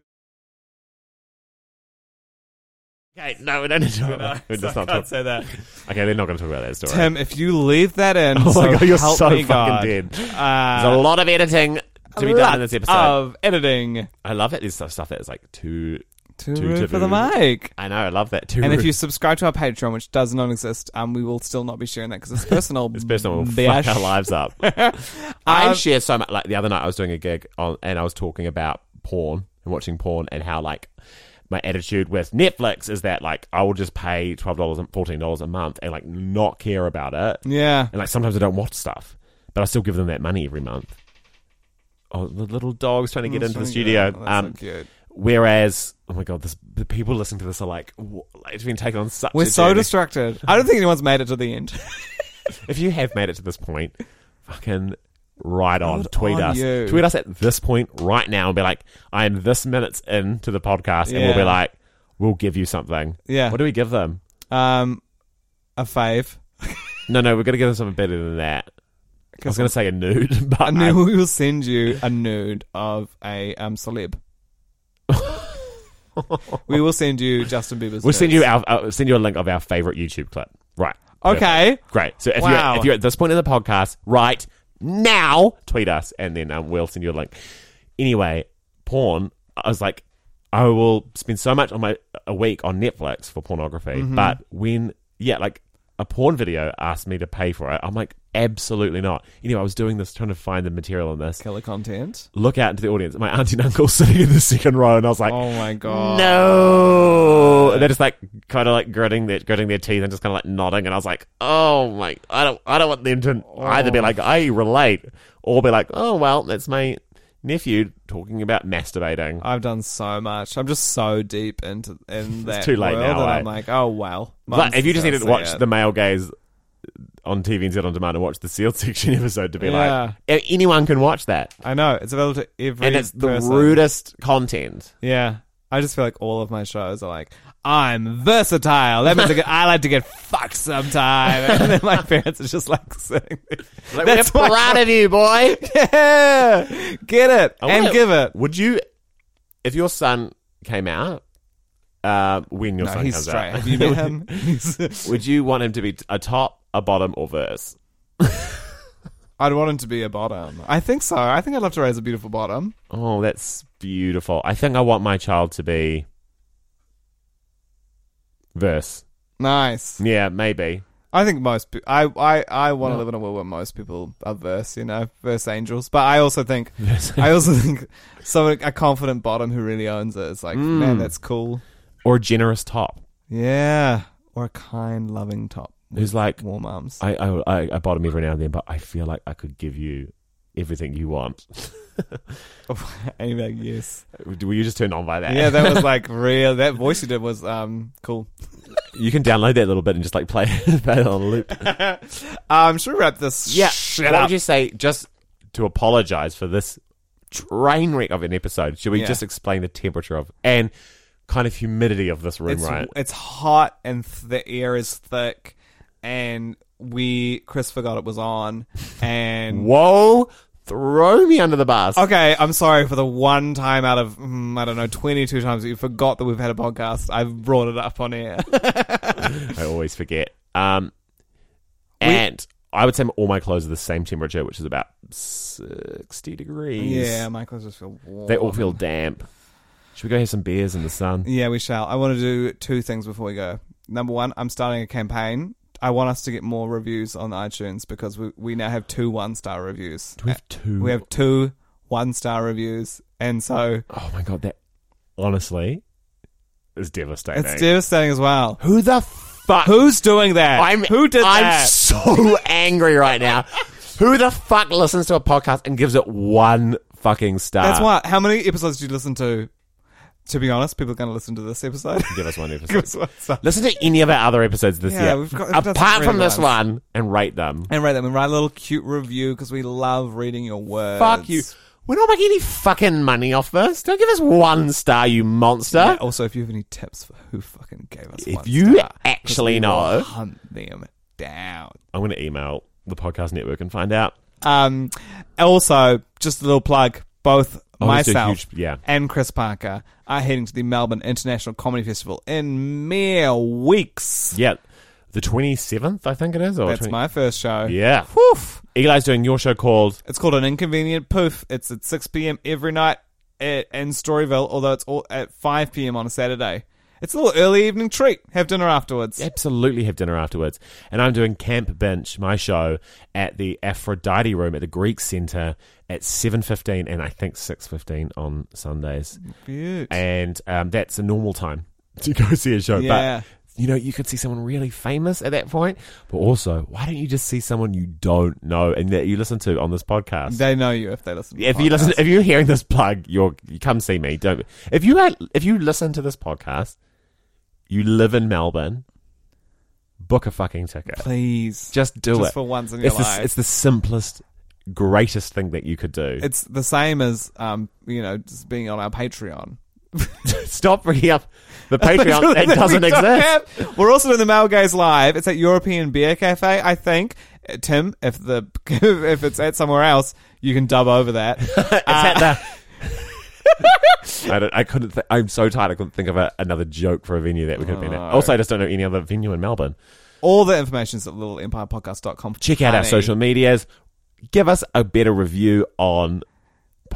B: okay, no, we don't need to talk about
A: No,
B: that. We're
A: so I
B: just not
A: can't
B: talk-
A: say that.
B: Okay, they're not going to talk about that story.
A: Tim, if you leave that in,
B: oh
A: so
B: my god, you're
A: help
B: so
A: me
B: fucking
A: God.
B: dead.
A: Uh, Oh.
B: There's a lot of editing to be done in this episode.
A: of editing.
B: I love it. There's stuff stuff that is like too.
A: Too
B: Too
A: rude for the
B: taboo.
A: mic.
B: I know. I love that too.
A: And if you subscribe to our Patreon, which does not exist, um, we will still not be sharing that because it's personal.
B: this person will
A: bitch.
B: fuck our lives Um, up.
A: Um,
B: I share so much. Like the other night, I was doing a gig on, and I was talking about porn and watching porn and how like my attitude with Netflix is that like I will just pay twelve dollars and fourteen dollars a month and like not care about it.
A: Yeah.
B: And like sometimes I don't watch stuff, but I still give them that money every month. Oh, the little dog's trying to get into the studio.
A: That's so
B: um,
A: cute.
B: whereas, oh my god, this, the people listening to this are like, "Wha- it's been taken on such.
A: We're
B: a
A: so
B: journey."
A: distracted. I don't think anyone's made it to the end.
B: If you have made it to this point, fucking right on.
A: Good
B: tweet
A: on
B: us.
A: you.
B: Tweet us at this point right now and be like, I am this minutes into the podcast, and we'll be
A: Yeah.
B: like, we'll give you something.
A: Yeah.
B: What do we give them?
A: Um, a fave.
B: No, no, we're gonna give them something better than that. I was gonna say a nude, but
A: I knew we will send you a nude of a um celeb. we will send you Justin Bieber's.
B: We'll send
A: nudes.
B: you our uh, send you a link of our favorite YouTube clip. Right.
A: Okay.
B: Perfect. Great. So if
A: Wow.
B: you're if you're at this point in the podcast right now, tweet us and then um, we'll send you a link. Anyway, porn. I was like, I will spend so much on my a week on Netflix for pornography,
A: Mm-hmm.
B: but when yeah, like a porn video asked me to pay for it, I'm like, absolutely not. Anyway, I was doing this trying to find the material on this.
A: Killer content.
B: Look out into the audience. My auntie and uncle sitting in the second row, and I was like,
A: Oh my god.
B: no. And they're just like kind of like gritting their gritting their teeth and just kind of like nodding. And I was like, oh my, I don't I don't want them to either be like I relate or be like, oh well, that's my nephew talking about masturbating.
A: I've done so much. I'm just so deep into in that.
B: too late
A: world
B: now,
A: that
B: eh?
A: I'm like, oh well.
B: but if you
A: Mum's
B: just needed to
A: gonna
B: watch
A: see it.
B: the male gaze on TVNZ on demand and watch the sealed section episode to be
A: Yeah.
B: like, anyone can watch that.
A: I know it's available to every.
B: And it's the
A: person.
B: rudest content.
A: Yeah, I just feel like all of my shows are like, I'm versatile. That means I, get, I like to get fucked sometime. And then my parents are just like saying,
B: Like,
A: That's
B: we're
A: why-
B: proud of you, boy.
A: yeah, get it
B: I
A: and
B: wonder-
A: give it.
B: Would you, if your son came out, uh, when your
A: No,
B: son
A: he's
B: comes
A: straight.
B: out,
A: Have you met him? He's-
B: would you want him to be a top, a bottom, or verse?
A: I'd want him to be a bottom. I think so. I think I'd love to raise a beautiful bottom.
B: Oh, that's beautiful. I think I want my child to be verse.
A: Nice.
B: Yeah, maybe.
A: I think most. Pe- I I I want to live in a world where most people are verse, you know, verse angels. But I also think, I also think, someone a confident bottom who really owns it is like,
B: Mm.
A: man, that's cool.
B: Or a generous top
A: Yeah, or a kind, loving top.
B: who's like,
A: Warm arms.
B: I, I, I, I bottom every now and then, but I feel like I could give you everything you want.
A: and you're like, yes.
B: Were you just turned on by that?
A: Yeah, that was like real. That voice you did was um cool.
B: you can download that little bit and just like play, play it on loop.
A: Um, should we wrap this?
B: Yeah.
A: shit
B: what
A: up?
B: would you say just to apologize for this train wreck of an episode? Should we
A: Yeah.
B: just explain the temperature of and kind of humidity of this room,
A: it's
B: right?
A: it's hot and th- the air is thick, and we Chris forgot it was on, and
B: Whoa, throw me under the bus.
A: Okay, I'm sorry for the one time out of mm, I don't know 22 times that you forgot that we've had a podcast. I've brought it up on air.
B: I always forget. Um, and I would say all my clothes are the same temperature, which is about 60 degrees.
A: yeah, my clothes just feel warm.
B: They all feel damp. Should we go have some beers in the sun?
A: Yeah, we shall. I want to do two things before we go. Number one, I'm starting a campaign. I want us to get more reviews on iTunes because we, we now have two one star reviews.
B: Do we have two?
A: We have two one star reviews, and so
B: Oh my god, that honestly is devastating.
A: it's devastating as well.
B: Who the fuck?
A: Who's doing that?
B: I'm
A: Who did
B: I'm
A: that?
B: so angry right now. Who the fuck listens to a podcast and gives it one fucking star?
A: That's why. How many episodes did you listen to? To be honest, people are going to listen to this episode.
B: Give us one episode.
A: Give us one star.
B: Listen to any of our other episodes this
A: Yeah,
B: year,
A: we've got- we've done some
B: apart from
A: really
B: this
A: good ones.
B: one, and rate them.
A: and write them and write a little cute review because we love reading your words.
B: Fuck you. We're not making any fucking money off this. Don't give us one star, you
A: Yeah,
B: monster.
A: also, if you have any tips for who fucking gave us,
B: if
A: one
B: you
A: star, 'cause
B: actually
A: we will
B: know,
A: hunt them down.
B: I'm going to email the podcast network and find out.
A: Um, also, just a little plug. Both
B: Oh, let's do a
A: myself
B: huge- yeah.
A: and Chris Parker are heading to the Melbourne International Comedy Festival in mere weeks.
B: Yeah, the 27th, I think it is. Or
A: That's
B: 20
A: my first show.
B: Yeah.
A: Woof.
B: Eli's doing your show called
A: It's called An Inconvenient Poof. It's at 6 p.m. every night at, in Storyville, although it's all at 5 p.m. on a Saturday. It's a little early evening treat. Have dinner afterwards.
B: Absolutely Have Dinner Afterwards. And I'm doing Camp Bench, my show, at the Aphrodite Room at the Greek Centre at 7.15 and I think 6.15 on Sundays.
A: Beaut.
B: And um, that's a normal time to go see a show.
A: Yeah.
B: But, you know, you could see someone really famous at that point. But also, why don't you just see someone you don't know and that you listen to on this podcast?
A: They know you if they listen. To
B: if
A: the
B: you listen,
A: podcast.
B: if you're hearing this plug, you're you come see me. Don't if you had- if you listen to this podcast, you live in Melbourne, book a fucking ticket.
A: please,
B: Just do
A: Just
B: it
A: for once in
B: It's
A: your
B: the,
A: life.
B: it's the simplest, greatest thing that you could do.
A: it's the same as um, you know, just being on our Patreon.
B: Stop bringing up the Patreon. it
A: That we
B: doesn't
A: don't
B: exist.
A: have. We're also in the Male Gaze Live. It's at European Beer Cafe, I think. Uh, Tim, if the if it's at somewhere else, you can dub over that.
B: It's at the. I, don't, I couldn't. Th- I'm so tired. I couldn't think of a, another joke for a venue that we could have been at. Also, I just don't know any other venue in Melbourne.
A: All the information's at littleempirepodcast.com.
B: check out our
A: Honey,
B: social medias. Give us a better review on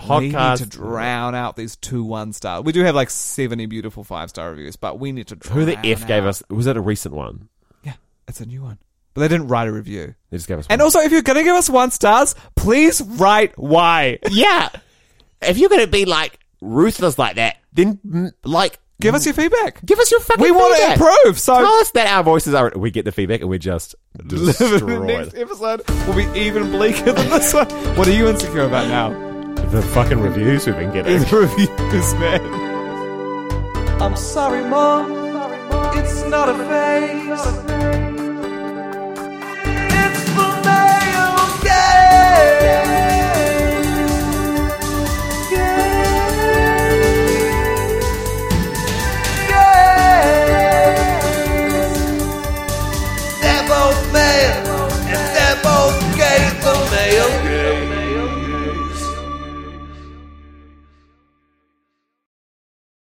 A: We need
B: podcast.
A: to drown out these two one star. We do have like seventy beautiful five star reviews, but we need to drown
B: Who the f
A: out.
B: gave us? Was it a recent one?
A: Yeah, it's a new one, but they didn't write a review.
B: They just gave us.
A: And
B: one.
A: also, if you're gonna give us one stars, please write why.
B: yeah, if you're gonna be like ruthless like that, then mm, like
A: Give us your feedback.
B: give us your fucking.
A: We want to
B: feedback.
A: improve. So
B: Tell us that our voices are. We get the feedback and we're just
A: the next
B: destroyed.
A: episode will be even bleaker than this one. What are you insecure about now?
B: the fucking reviews we've been getting.
A: Either of you is mad. I'm sorry, mom. It's not a phase.